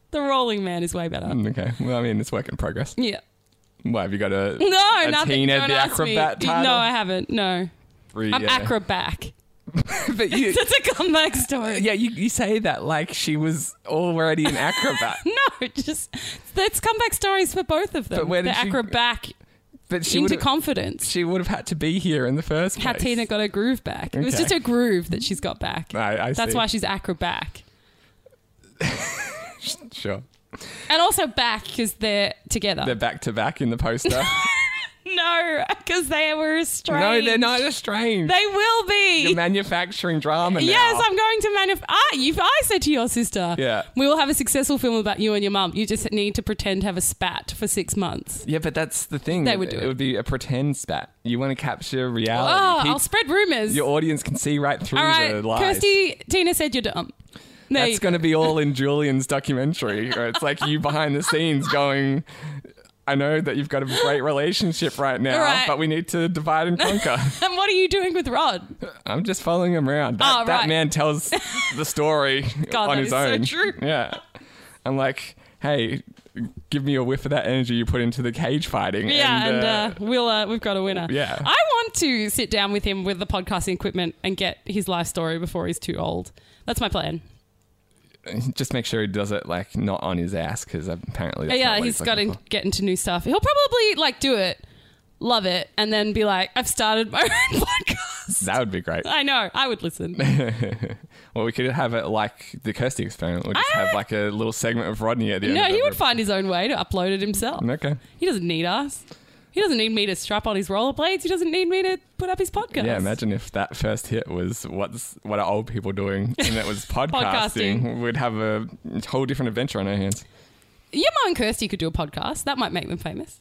[SPEAKER 2] The rolling man is way better.
[SPEAKER 3] Okay. Well, I mean, it's work in progress.
[SPEAKER 2] Yeah.
[SPEAKER 3] Why have you got a
[SPEAKER 2] No,
[SPEAKER 3] a
[SPEAKER 2] nothing.
[SPEAKER 3] Tina
[SPEAKER 2] Don't
[SPEAKER 3] the
[SPEAKER 2] ask me.
[SPEAKER 3] acrobat title?
[SPEAKER 2] No, I haven't. No.
[SPEAKER 3] Three,
[SPEAKER 2] I'm
[SPEAKER 3] uh,
[SPEAKER 2] acrobat.
[SPEAKER 3] But you,
[SPEAKER 2] That's a comeback story.
[SPEAKER 3] yeah, you, you say that like she was already an acrobat,
[SPEAKER 2] No, just that's comeback stories for both of them.
[SPEAKER 3] But where
[SPEAKER 2] the
[SPEAKER 3] did she-
[SPEAKER 2] acrobat
[SPEAKER 3] but she would
[SPEAKER 2] into
[SPEAKER 3] have
[SPEAKER 2] confidence.
[SPEAKER 3] she would have had to be here in the first place.
[SPEAKER 2] How Tina got her groove back. It was
[SPEAKER 3] Okay.
[SPEAKER 2] just her groove that she's got back.
[SPEAKER 3] I- I
[SPEAKER 2] that's
[SPEAKER 3] see.
[SPEAKER 2] why she's acrobat.
[SPEAKER 3] Sure.
[SPEAKER 2] And also back because they're together.
[SPEAKER 3] They're back to back in the poster.
[SPEAKER 2] no, because they were
[SPEAKER 3] no,
[SPEAKER 2] estranged.
[SPEAKER 3] they're not estranged.
[SPEAKER 2] They will be.
[SPEAKER 3] You're manufacturing drama now.
[SPEAKER 2] Yes, I'm going to manif. Ah, you. I said to your sister.
[SPEAKER 3] Yeah.
[SPEAKER 2] We will have a successful film about you and your mum. You just need to pretend to have a spat for six months.
[SPEAKER 3] Yeah, but that's the thing.
[SPEAKER 2] They would do
[SPEAKER 3] it.
[SPEAKER 2] it.
[SPEAKER 3] would be a pretend spat. You want to capture reality.
[SPEAKER 2] Oh,
[SPEAKER 3] Pe-
[SPEAKER 2] I'll spread rumors.
[SPEAKER 3] Your audience can see right through
[SPEAKER 2] All right,
[SPEAKER 3] the lies.
[SPEAKER 2] Kirsty, Tina said you're dumb. There you
[SPEAKER 3] That's
[SPEAKER 2] go.
[SPEAKER 3] going to be all in Julian's documentary. where It's like you behind the scenes going, I know that you've got a great relationship right now,
[SPEAKER 2] All right.
[SPEAKER 3] but we need to divide and conquer.
[SPEAKER 2] And what are you doing with Rod?
[SPEAKER 3] I'm just following him around. That,
[SPEAKER 2] Oh,
[SPEAKER 3] that
[SPEAKER 2] right.
[SPEAKER 3] man tells the story
[SPEAKER 2] God,
[SPEAKER 3] on
[SPEAKER 2] that
[SPEAKER 3] his
[SPEAKER 2] is so
[SPEAKER 3] own.
[SPEAKER 2] true.
[SPEAKER 3] Yeah. I'm like, hey, give me a whiff of that energy you put into the cage fighting.
[SPEAKER 2] Yeah,
[SPEAKER 3] and,
[SPEAKER 2] and,
[SPEAKER 3] uh,
[SPEAKER 2] uh, we'll uh, we've got a winner.
[SPEAKER 3] Yeah.
[SPEAKER 2] I want to sit down with him with the podcasting equipment and get his life story before he's too old. That's my plan.
[SPEAKER 3] just make sure he does it like not on his ass because apparently that's not
[SPEAKER 2] yeah,
[SPEAKER 3] what
[SPEAKER 2] he's got
[SPEAKER 3] looking
[SPEAKER 2] to
[SPEAKER 3] for.
[SPEAKER 2] get into new stuff. He'll probably like do it, love it, and then be like, "I've started my own podcast."
[SPEAKER 3] That would be great.
[SPEAKER 2] I know. I would listen.
[SPEAKER 3] Well, we could have it like the Kirsty experiment. We'll just
[SPEAKER 2] I-
[SPEAKER 3] have like a little segment of Rodney at the end.
[SPEAKER 2] Ah! no,
[SPEAKER 3] of
[SPEAKER 2] he
[SPEAKER 3] it.
[SPEAKER 2] would find his own way to upload it himself.
[SPEAKER 3] Okay.
[SPEAKER 2] He doesn't need us. He doesn't need me to strap on his rollerblades. He doesn't need me to put up his podcast.
[SPEAKER 3] Yeah, imagine if that first hit was what's what are old people doing, and that was podcasting.
[SPEAKER 2] Podcasting.
[SPEAKER 3] We'd have a whole different adventure on our hands.
[SPEAKER 2] Your mum and Kirsty could do a podcast. That might make them famous.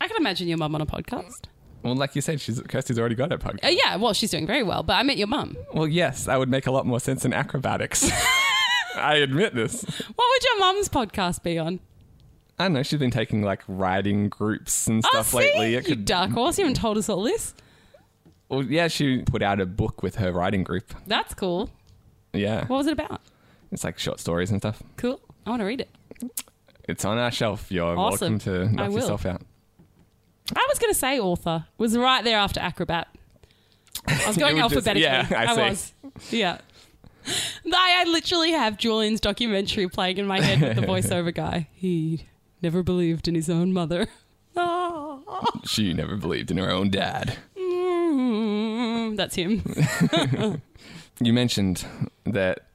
[SPEAKER 2] I can imagine your mum on a podcast.
[SPEAKER 3] Well, like you said, she's Kirsty's already got her podcast.
[SPEAKER 2] Uh, yeah, well, she's doing very well, but I met your mum.
[SPEAKER 3] Well, yes, that would make a lot more sense than acrobatics. I admit this.
[SPEAKER 2] What would your mum's podcast be on?
[SPEAKER 3] I don't know. She's been taking like riding groups and stuff
[SPEAKER 2] oh, see?
[SPEAKER 3] lately. It
[SPEAKER 2] you dark horse. You haven't told us all this.
[SPEAKER 3] well, yeah, she put out a book with her riding group.
[SPEAKER 2] That's cool.
[SPEAKER 3] Yeah,
[SPEAKER 2] What was it about?
[SPEAKER 3] it's like short stories and stuff.
[SPEAKER 2] Cool. I want to read it.
[SPEAKER 3] It's on our shelf. You're
[SPEAKER 2] Awesome.
[SPEAKER 3] welcome to
[SPEAKER 2] I
[SPEAKER 3] knock
[SPEAKER 2] will.
[SPEAKER 3] yourself out.
[SPEAKER 2] I was going to say author. It was right there after acrobat. I was going
[SPEAKER 3] You were just-
[SPEAKER 2] alphabetically.
[SPEAKER 3] yeah, I see.
[SPEAKER 2] was. Yeah. I, I literally have Julian's documentary playing in my head with the voiceover guy. He never believed in his own mother. Ah.
[SPEAKER 3] She never believed in her own dad.
[SPEAKER 2] Mm, that's him.
[SPEAKER 3] You mentioned that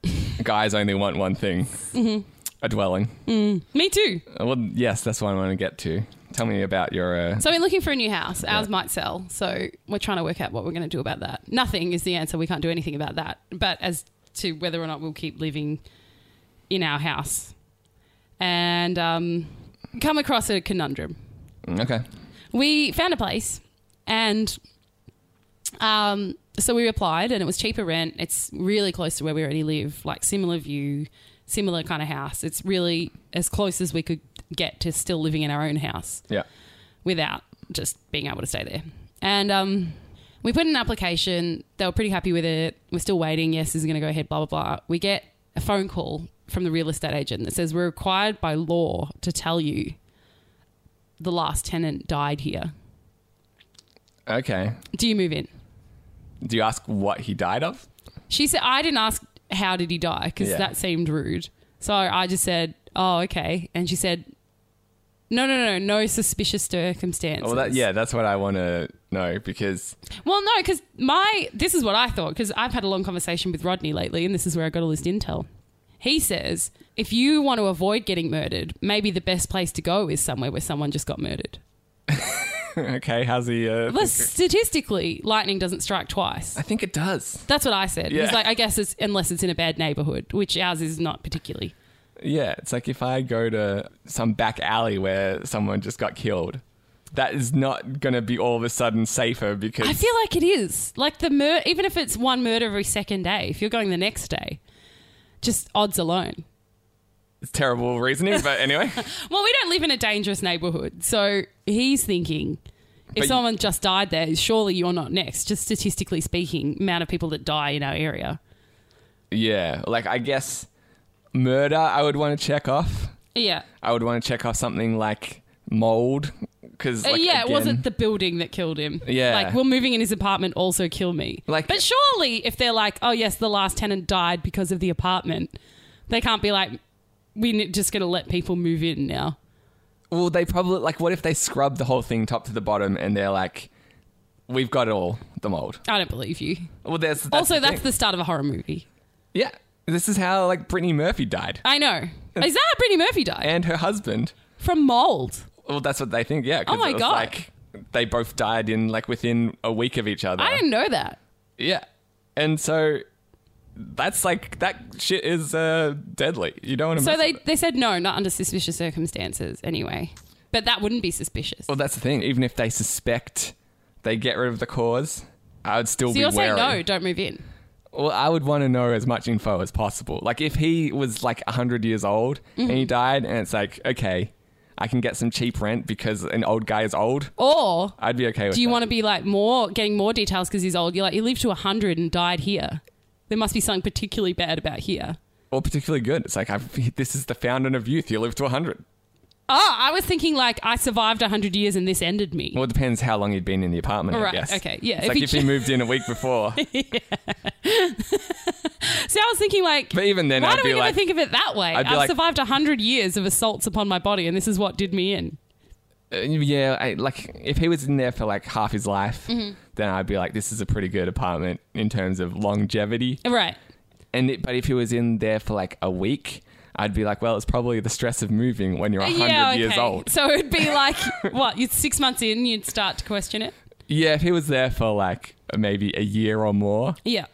[SPEAKER 3] guys only want one thing:
[SPEAKER 2] Mm-hmm.
[SPEAKER 3] a dwelling.
[SPEAKER 2] Me too.
[SPEAKER 3] Well, yes, that's what I want to get to. Tell me about your. Uh,
[SPEAKER 2] So we're looking for a new house. Ours might sell. So we're trying to work out what we're going to do about that. Nothing is the answer. We can't do anything about that. But as to whether or not we'll keep living in our house and um, come across a conundrum.
[SPEAKER 3] okay.
[SPEAKER 2] We found a place and um, so we applied and it was cheaper rent. It's really close to where we already live, like similar view, similar kind of house. It's really as close as we could get to still living in our own house
[SPEAKER 3] Yeah.
[SPEAKER 2] without just being able to stay there. And um, we put in an application. They were pretty happy with it. We're still waiting. Yes, this is going to go ahead, blah, blah, blah. We get a phone call from the real estate agent that says, We're required by law to tell you the last tenant died here.
[SPEAKER 3] Okay.
[SPEAKER 2] Do you move in?
[SPEAKER 3] Do you ask what he died of?
[SPEAKER 2] She said, I didn't ask, How did he die? Because
[SPEAKER 3] Yeah.
[SPEAKER 2] that seemed rude. So I just said, Oh, okay. And she said, No, no, no, no suspicious circumstances.
[SPEAKER 3] Oh, Well, that yeah, that's what I want to know because
[SPEAKER 2] Well, no, because my this is what I thought because I've had a long conversation with Rodney lately, and this is where I got all this intel. He says if you want to avoid getting murdered, maybe the best place to go is somewhere where someone just got murdered.
[SPEAKER 3] okay, how's he? Uh,
[SPEAKER 2] Well, statistically, lightning doesn't strike twice.
[SPEAKER 3] I think it does.
[SPEAKER 2] That's what I said. He's
[SPEAKER 3] Yeah.
[SPEAKER 2] like, I guess it's unless it's in a bad neighborhood, which ours is not particularly.
[SPEAKER 3] Yeah, it's like if I go to some back alley where someone just got killed, that is not going to be all of a sudden safer because
[SPEAKER 2] I feel like it is. Like the mur- even if it's one murder every second day, if you're going the next day, just odds alone.
[SPEAKER 3] it's terrible reasoning. But anyway,
[SPEAKER 2] Well, we don't live in a dangerous neighborhood, so he's thinking if
[SPEAKER 3] But-
[SPEAKER 2] someone just died there, surely you're not next. Just statistically speaking, amount of people that die in our area.
[SPEAKER 3] yeah, like I guess murder, I would want to check off.
[SPEAKER 2] Yeah,
[SPEAKER 3] I would want to check off something like mold because
[SPEAKER 2] Uh, yeah. It wasn't the building that killed him.
[SPEAKER 3] Yeah.
[SPEAKER 2] like well, moving in his apartment also killed me.
[SPEAKER 3] Like-
[SPEAKER 2] but surely if they're like, oh yes, the last tenant died because of the apartment, they can't be like, we're n- just going to let people move in now.
[SPEAKER 3] Well, they probably like. What if they scrub the whole thing top to the bottom and they're like, "We've got it all, the mold."
[SPEAKER 2] I don't believe you.
[SPEAKER 3] Well, there's that's
[SPEAKER 2] also,
[SPEAKER 3] the
[SPEAKER 2] that's
[SPEAKER 3] thing.
[SPEAKER 2] the start of a horror movie.
[SPEAKER 3] yeah. This is how like Brittany Murphy died
[SPEAKER 2] I know. Is that how Brittany Murphy died?
[SPEAKER 3] and her husband.
[SPEAKER 2] From mold.
[SPEAKER 3] Well, that's what they think. Yeah. 'cause
[SPEAKER 2] Oh my
[SPEAKER 3] it was,
[SPEAKER 2] God.
[SPEAKER 3] Like they both died in like within a week of each other.
[SPEAKER 2] I didn't know that.
[SPEAKER 3] yeah, and so that's like that shit is uh, deadly. You don't want to.
[SPEAKER 2] So they, they said no, not under suspicious circumstances anyway. But that wouldn't be suspicious.
[SPEAKER 3] Well, that's the thing. Even if they suspect, they get rid of the cause. I would still
[SPEAKER 2] so
[SPEAKER 3] be
[SPEAKER 2] you're saying
[SPEAKER 3] wary.
[SPEAKER 2] no, don't move in.
[SPEAKER 3] Well, I would want to know as much info as possible. Like, if he was like 100 years old and
[SPEAKER 2] Mm-hmm.
[SPEAKER 3] he died, and it's like, okay, I can get some cheap rent because an old guy is old,
[SPEAKER 2] Or
[SPEAKER 3] I'd be okay with
[SPEAKER 2] do you
[SPEAKER 3] that.
[SPEAKER 2] want to be like more, getting more details because he's old? You're like, he lived to 100 and died here. There must be something particularly bad about here.
[SPEAKER 3] Or particularly good. It's like, I've, this is the fountain of youth. You live to 100.
[SPEAKER 2] Oh, I was thinking like I survived 100 years and this ended me.
[SPEAKER 3] Well, it depends how long he'd been in the apartment, I
[SPEAKER 2] Right,
[SPEAKER 3] guess.
[SPEAKER 2] okay, yeah,
[SPEAKER 3] It's
[SPEAKER 2] if
[SPEAKER 3] like
[SPEAKER 2] he
[SPEAKER 3] if he
[SPEAKER 2] ju-
[SPEAKER 3] moved in a week before.
[SPEAKER 2] See, I was thinking like,
[SPEAKER 3] But even then,
[SPEAKER 2] why
[SPEAKER 3] I'd
[SPEAKER 2] do
[SPEAKER 3] be
[SPEAKER 2] we ever
[SPEAKER 3] like-
[SPEAKER 2] think of it that way?
[SPEAKER 3] I'd be
[SPEAKER 2] I've
[SPEAKER 3] like-
[SPEAKER 2] survived 100 years of assaults upon my body and this is what did me in.
[SPEAKER 3] Uh, yeah, I, like, if he was in there for like half his life, then I'd be like, this is a pretty good apartment in terms of longevity.
[SPEAKER 2] Right.
[SPEAKER 3] And it, but if he was in there for like a week, I'd be like, well, it's probably the stress of moving when you're
[SPEAKER 2] Uh,
[SPEAKER 3] hundred years old.
[SPEAKER 2] So it'd be like what? You're six months in, you'd start to question it.
[SPEAKER 3] Yeah, if he was there for like maybe a year or more,
[SPEAKER 2] Yeah.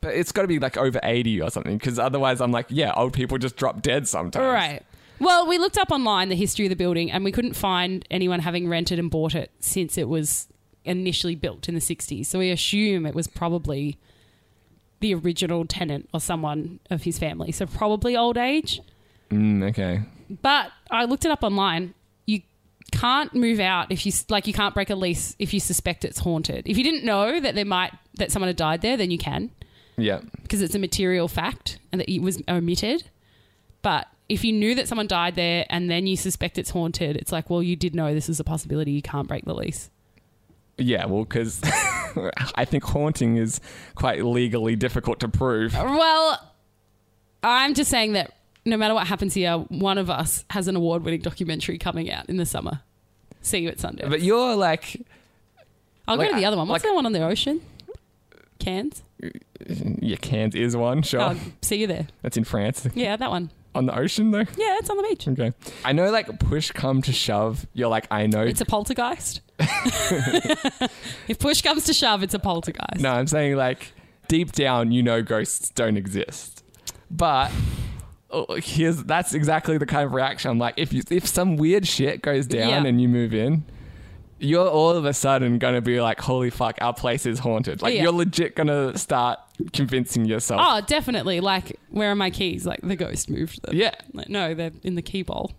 [SPEAKER 3] but it's got to be like over eighty or something, because otherwise, I'm like, yeah, old people just drop dead sometimes.
[SPEAKER 2] All right. Well, we looked up online the history of the building, and we couldn't find anyone having rented and bought it since it was initially built in the '60s. So we assume it was probably the original tenant or someone of his family. So probably old age.
[SPEAKER 3] Mm, okay.
[SPEAKER 2] But I looked it up online. You can't move out if you like. You can't break a lease if you suspect it's haunted. If you didn't know that there might that someone had died there, then you can
[SPEAKER 3] Yeah.
[SPEAKER 2] because it's a material fact and that it was omitted. But if you knew that someone died there and then you suspect it's haunted, it's like, well, you did know this is a possibility. You can't break the lease.
[SPEAKER 3] Yeah, well, because I think haunting is quite legally difficult to prove.
[SPEAKER 2] Oh. Well, I'm just saying that no matter what happens here, one of us has an award winning documentary coming out in the summer. See you at Sunday.
[SPEAKER 3] But you're like,
[SPEAKER 2] I'll
[SPEAKER 3] like,
[SPEAKER 2] go to the other one. What's
[SPEAKER 3] like-
[SPEAKER 2] the one on the ocean? Cairns?
[SPEAKER 3] yeah, Cairns is one, sure.
[SPEAKER 2] Oh, see you there.
[SPEAKER 3] That's in France.
[SPEAKER 2] Yeah, that one.
[SPEAKER 3] On the ocean, though?
[SPEAKER 2] Yeah, it's on the beach.
[SPEAKER 3] Okay. I know, like, push come to shove, you're like, I know.
[SPEAKER 2] It's a poltergeist. if push comes to shove, it's a poltergeist.
[SPEAKER 3] no, I'm saying, like, deep down, you know ghosts don't exist. But. oh, Here's that's exactly the kind of reaction. I'm like, if you if some weird shit goes down
[SPEAKER 2] Yeah.
[SPEAKER 3] and you move in, you're all of a sudden gonna be like, holy fuck, our place is haunted. Like
[SPEAKER 2] Yeah.
[SPEAKER 3] you're legit gonna start convincing yourself.
[SPEAKER 2] Oh, definitely. Like, where are my keys? Like, the ghost moved them.
[SPEAKER 3] Yeah,
[SPEAKER 2] Like, no, they're in the key bowl.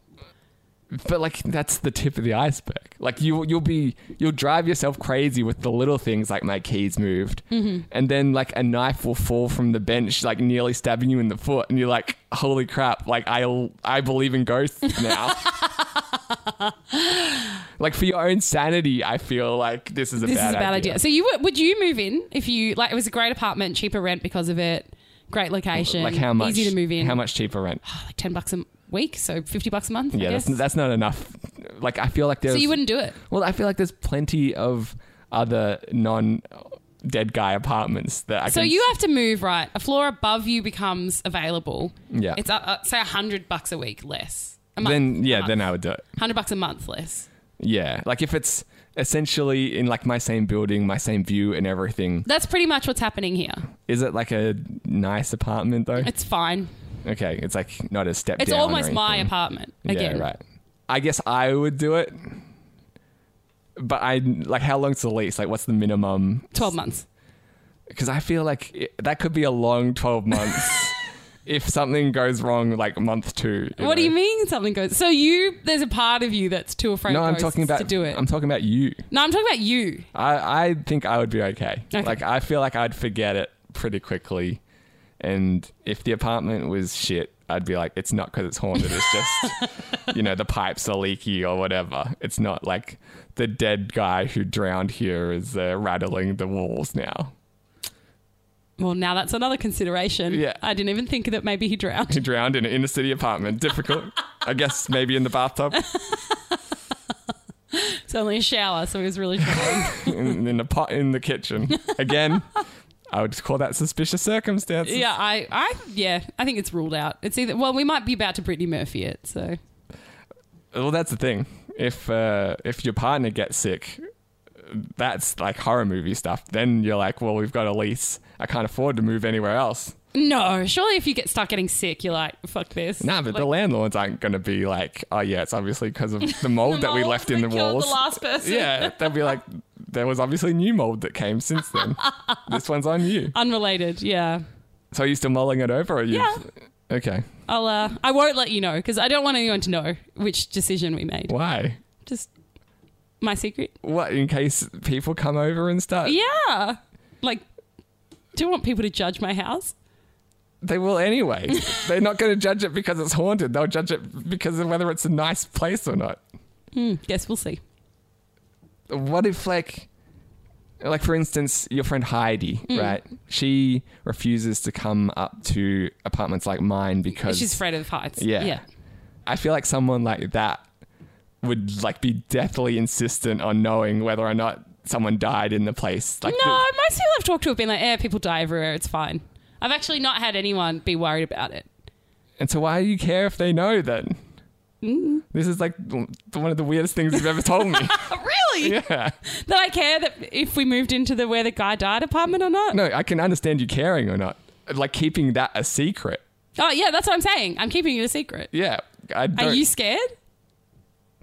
[SPEAKER 3] but like that's the tip of the iceberg. Like you, you'll be, you'll drive yourself crazy with the little things like my keys moved,
[SPEAKER 2] Mm-hmm.
[SPEAKER 3] and then like a knife will fall from the bench, like nearly stabbing you in the foot, and you're like, holy crap! Like I, I believe in ghosts now. like for your own sanity, I feel like this is a
[SPEAKER 2] This
[SPEAKER 3] bad
[SPEAKER 2] is a bad idea. So, you would, would you move in if you, like, it was a great apartment, cheaper rent because of it, great location,
[SPEAKER 3] Like how much?
[SPEAKER 2] easy to move in.
[SPEAKER 3] How much cheaper rent?
[SPEAKER 2] Like, 10 bucks a week, so 50 bucks a month. I
[SPEAKER 3] Yeah, that's,
[SPEAKER 2] guess.
[SPEAKER 3] that's not enough. Like I feel like there's.
[SPEAKER 2] so, you wouldn't do it.
[SPEAKER 3] Well, I feel like there's plenty of other non dead guy apartments that I
[SPEAKER 2] So,
[SPEAKER 3] can
[SPEAKER 2] you have to move, right? A floor above you becomes available.
[SPEAKER 3] Yeah.
[SPEAKER 2] It's, uh, uh, say, 100 bucks a week less. A month,
[SPEAKER 3] then
[SPEAKER 2] a
[SPEAKER 3] yeah,
[SPEAKER 2] month.
[SPEAKER 3] then I would do it.
[SPEAKER 2] 100 bucks a month less.
[SPEAKER 3] Yeah. Like if it's essentially in like my same building, my same view and everything.
[SPEAKER 2] That's pretty much what's happening here.
[SPEAKER 3] Is it like a nice apartment though?
[SPEAKER 2] It's fine.
[SPEAKER 3] okay, it's like not a step
[SPEAKER 2] It's
[SPEAKER 3] down or
[SPEAKER 2] almost my
[SPEAKER 3] anything.
[SPEAKER 2] apartment again.
[SPEAKER 3] Yeah, right. I guess I would do it. But I like how long's the lease? Like what's the minimum
[SPEAKER 2] 12 months.
[SPEAKER 3] because I feel like it, that could be a long 12 months if something goes wrong like month two.
[SPEAKER 2] What do you
[SPEAKER 3] know?
[SPEAKER 2] mean something goes? So you, there's a part of you that's too afraid
[SPEAKER 3] No,
[SPEAKER 2] of
[SPEAKER 3] I'm
[SPEAKER 2] ghosts
[SPEAKER 3] talking about
[SPEAKER 2] to do it.
[SPEAKER 3] I'm talking about you.
[SPEAKER 2] no, I'm talking about you.
[SPEAKER 3] I, I think I would be okay.
[SPEAKER 2] Okay.
[SPEAKER 3] Like I feel like I'd forget it pretty quickly, and if the apartment was shit, I'd be like, it's not because it's haunted. It's just you know the pipes are leaky or whatever. It's not like the dead guy who drowned here is uh, rattling the walls now.
[SPEAKER 2] Well, now that's another consideration.
[SPEAKER 3] Yeah.
[SPEAKER 2] I didn't even think that maybe he drowned.
[SPEAKER 3] He drowned in an inner city apartment. Difficult. I guess maybe in the bathtub
[SPEAKER 2] It's only a shower, so he was really trying.
[SPEAKER 3] in, in a pot in the kitchen again. I would call that suspicious circumstances.
[SPEAKER 2] yeah, I, I, yeah, I think it's ruled out. It's either, well, we might be about to Brittany Murphy it, so.
[SPEAKER 3] Well, that's the thing. If uh, if your partner gets sick, that's like horror movie stuff. Then you're like, well, we've got a lease. I can't afford to move anywhere else.
[SPEAKER 2] No, surely if you get start getting sick, you're like, fuck this.
[SPEAKER 3] Nah, but the landlords aren't going to be like, oh yeah, it's obviously because of the mold that we
[SPEAKER 2] mold
[SPEAKER 3] left in the
[SPEAKER 2] that killed
[SPEAKER 3] walls.
[SPEAKER 2] The last person.
[SPEAKER 3] yeah, they'll be like, there was obviously new mold that came since then. this one's on you.
[SPEAKER 2] Unrelated, yeah.
[SPEAKER 3] So are you still mulling it over? Or are you?
[SPEAKER 2] Yeah.
[SPEAKER 3] Okay.
[SPEAKER 2] I'll, uh, I won't let you know because I don't want anyone to know which decision we made.
[SPEAKER 3] Why?
[SPEAKER 2] Just my secret.
[SPEAKER 3] What in case people come over and start?
[SPEAKER 2] Yeah. Like, do you want people to judge my house?
[SPEAKER 3] They will anyway. They're not going to judge it because it's haunted. They'll judge it because of whether it's a nice place or not.
[SPEAKER 2] Guess we'll see.
[SPEAKER 3] What if, like, like for instance, your friend Heidi,
[SPEAKER 2] Mm.
[SPEAKER 3] right? She refuses to come up to apartments like mine because
[SPEAKER 2] She's afraid of heights.
[SPEAKER 3] Yeah.
[SPEAKER 2] yeah.
[SPEAKER 3] I feel like someone like that would like be deathly insistent on knowing whether or not someone died in the place. Like,
[SPEAKER 2] No,
[SPEAKER 3] the-
[SPEAKER 2] most people I've talked to have been like, eh, people die everywhere. It's fine. I've actually not had anyone be worried about it.
[SPEAKER 3] and so why do you care if they know then?
[SPEAKER 2] Mm-hmm.
[SPEAKER 3] This is like one of the weirdest things you've ever told me.
[SPEAKER 2] Oh, really?
[SPEAKER 3] yeah.
[SPEAKER 2] That I care that if we moved into the where the guy died apartment or not?
[SPEAKER 3] No, I can understand you caring or not. Like keeping that a secret.
[SPEAKER 2] Oh, yeah, that's what I'm saying. I'm keeping it a secret.
[SPEAKER 3] Yeah, I
[SPEAKER 2] Are
[SPEAKER 3] don't
[SPEAKER 2] you scared?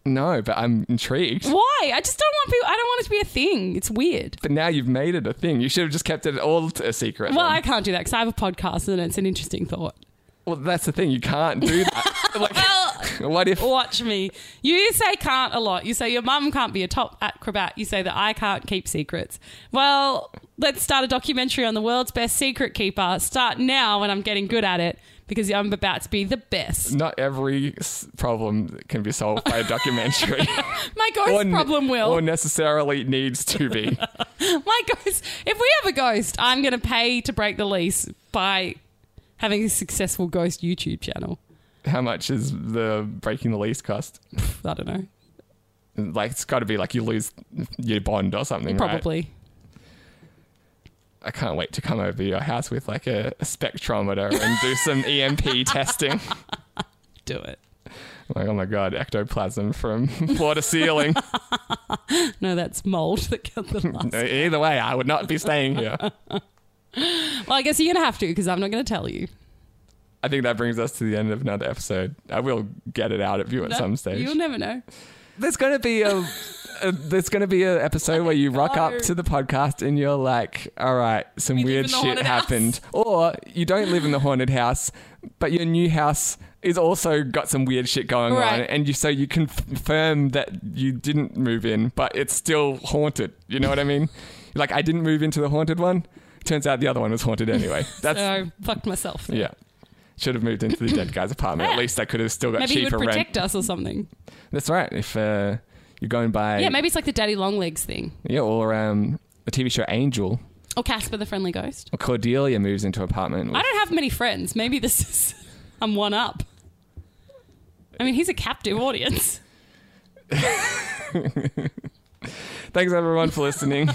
[SPEAKER 3] know, but I'm intrigued.
[SPEAKER 2] Why? I just don't want people, I don't want it to be a thing. It's weird.
[SPEAKER 3] But now you've made it a thing. You should have just kept it all t- a secret.
[SPEAKER 2] Well,
[SPEAKER 3] then.
[SPEAKER 2] I can't do that because I have a podcast and it's an interesting thought.
[SPEAKER 3] well, that's the thing. You can't do that.
[SPEAKER 2] well,
[SPEAKER 3] What if
[SPEAKER 2] watch me. You say can't a lot. You say your mum can't be a top acrobat. You say that I can't keep secrets. Well, let's start a documentary on the world's best secret keeper. Start now when I'm getting good at it because I'm about to be the best.
[SPEAKER 3] not every s- problem can be solved by a documentary?
[SPEAKER 2] My ghost
[SPEAKER 3] Or ne-
[SPEAKER 2] problem will.
[SPEAKER 3] Or necessarily needs to be.
[SPEAKER 2] My ghost. If we have a ghost, I'm going to pay to break the lease by having a successful ghost YouTube channel.
[SPEAKER 3] How much is the breaking the lease cost?
[SPEAKER 2] I don't know.
[SPEAKER 3] Like, it's got to be like you lose your bond or something, right?
[SPEAKER 2] Probably.
[SPEAKER 3] I can't wait to come over to your house with like a, a spectrometer and do some EMP testing.
[SPEAKER 2] Do it.
[SPEAKER 3] Like, oh my god, ectoplasm from floor to ceiling.
[SPEAKER 2] No, that's mold that killed the last.
[SPEAKER 3] Either way, I would not be staying here.
[SPEAKER 2] Well, I guess you're going to have to because I'm not going to tell you.
[SPEAKER 3] I think that brings us to the end of another episode. I will get it out of you at some stage.
[SPEAKER 2] You'll never know.
[SPEAKER 3] there's gonna be a, a there's gonna be an episode where you rock up
[SPEAKER 2] No.
[SPEAKER 3] to the podcast and you're like, all right, some
[SPEAKER 2] We live
[SPEAKER 3] weird
[SPEAKER 2] in the
[SPEAKER 3] shit
[SPEAKER 2] haunted
[SPEAKER 3] happened, or you don't live in the haunted house, but your new house is also got some weird shit going on,
[SPEAKER 2] Right.
[SPEAKER 3] and you so you confirm that you didn't move in, but it's still haunted. You know what I mean? Like I didn't move into the haunted one. Turns out the other one was haunted anyway. That's
[SPEAKER 2] So I fucked myself.
[SPEAKER 3] yeah. Should have moved into the dead guy's apartment. At
[SPEAKER 2] Yeah.
[SPEAKER 3] least I could have still got
[SPEAKER 2] Maybe he would
[SPEAKER 3] cheaper rent.
[SPEAKER 2] protect us or something.
[SPEAKER 3] That's right. If uh, you're going by
[SPEAKER 2] Yeah, maybe it's like the daddy long legs thing.
[SPEAKER 3] Yeah, or um, the TV show Angel.
[SPEAKER 2] Or Casper the Friendly Ghost.
[SPEAKER 3] Cordelia moves into an apartment. With,
[SPEAKER 2] I don't have many friends. Maybe this is. I'm one up. I mean, he's a captive audience.
[SPEAKER 3] Thanks everyone for listening.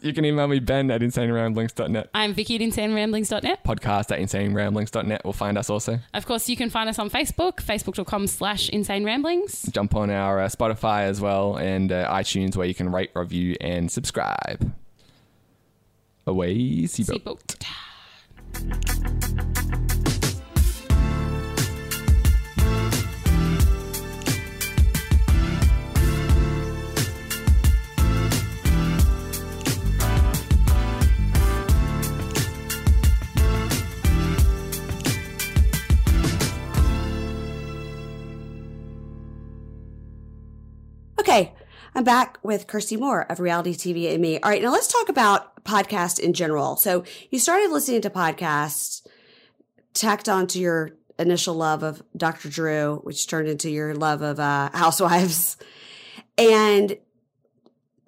[SPEAKER 3] you can email me Ben at insaneramblings.net,
[SPEAKER 2] I'm Vicky at insaneramblings.net.
[SPEAKER 3] podcast at insaneramblings.net. We'll find us also.
[SPEAKER 2] Of course, you can find us on Facebook, facebook.com slash insane ramblings.
[SPEAKER 3] Jump on our uh, Spotify as well and uh, iTunes where you can rate, review, and subscribe. Away, Seaboat.
[SPEAKER 2] Seatbelt.
[SPEAKER 5] Okay, I'm back with Kirsty Moore of Reality TV and Me. All right, now let's talk about podcasts in general. So you started listening to podcasts, tacked onto your initial love of Dr. Drew, which turned into your love of uh, Housewives, and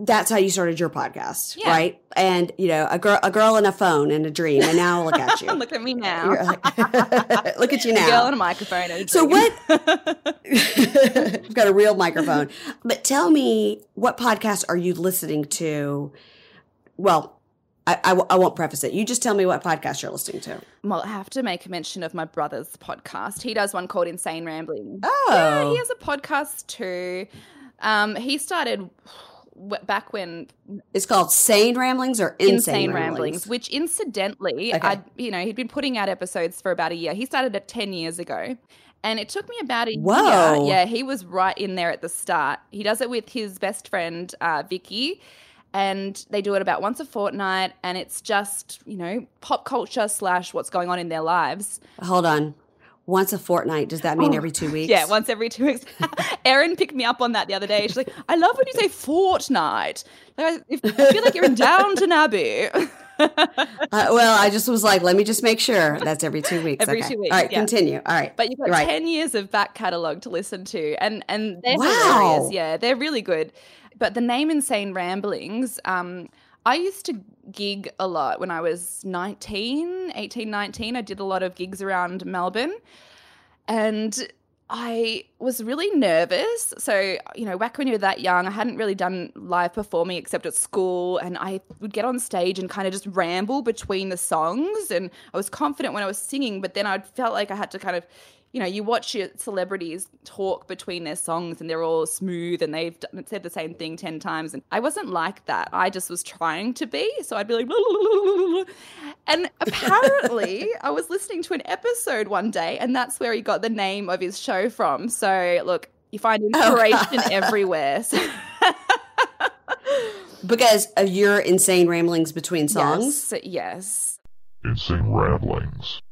[SPEAKER 5] that's how you started your podcast,
[SPEAKER 2] Yeah.
[SPEAKER 5] right? And you know, a girl, a girl and a phone and a dream, and now look at you.
[SPEAKER 7] Look at me now.
[SPEAKER 5] You're like- look at you now.
[SPEAKER 7] A girl and a microphone. and a
[SPEAKER 5] So
[SPEAKER 7] drink.
[SPEAKER 5] I've got a real microphone. But tell me, what podcast are you listening to? Well, I, I, w- I won't preface it. You just tell me what podcast you're listening to.
[SPEAKER 7] Well, I have to make a mention of my brother's podcast. He does one called Insane Rambling. Yeah,
[SPEAKER 5] Oh,
[SPEAKER 7] he has a podcast too. Um, he started w- back when
[SPEAKER 5] it's called Sane Ramblings or Insane, Ramblings.
[SPEAKER 7] which incidentally,
[SPEAKER 5] Okay.
[SPEAKER 7] I you know he'd been putting out episodes for about a year. He started it ten years ago, and it took me about a year.
[SPEAKER 5] Whoa.
[SPEAKER 7] Yeah, he was right in there at the start. He does it with his best friend uh, Vicky, and they do it about once a fortnight, and it's just you know pop culture slash what's going on in their lives.
[SPEAKER 5] Hold on. Once a fortnight. Does that mean every two weeks?
[SPEAKER 7] Oh. Yeah, once every two weeks. Erin picked me up on that the other day. She's like, "I love when you say fortnight. Like, I, if, I feel like you're in Downton Abbey."
[SPEAKER 5] Uh, well, I just was like, let me just make sure that's every two weeks.
[SPEAKER 7] Every
[SPEAKER 5] Okay.
[SPEAKER 7] two weeks,
[SPEAKER 5] All right,
[SPEAKER 7] yeah.
[SPEAKER 5] continue. All right.
[SPEAKER 7] But you've got
[SPEAKER 5] Right.
[SPEAKER 7] ten years of back catalogue to listen to, and and they're
[SPEAKER 5] Wow.
[SPEAKER 7] hilarious. Yeah, they're really good. But the name Insane Ramblings. Um, I used to gig a lot when I was 19, 18, 19. I did a lot of gigs around Melbourne, and I was really nervous. So, you know, back when you were that young, I hadn't really done live performing except at school. And I would get on stage and kind of just ramble between the songs. And I was confident when I was singing, but then I felt like I had to kind of, you know, you watch your celebrities talk between their songs and they're all smooth and they've done, said the same thing 10 times. And I wasn't like that. I just was trying to be. So I'd be like, and apparently I was listening to an episode one day and that's where he got the name of his show from. So look, you find inspiration everywhere. So,
[SPEAKER 5] because of your insane ramblings between songs.
[SPEAKER 7] Yes. yes.
[SPEAKER 6] Insane Ramblings.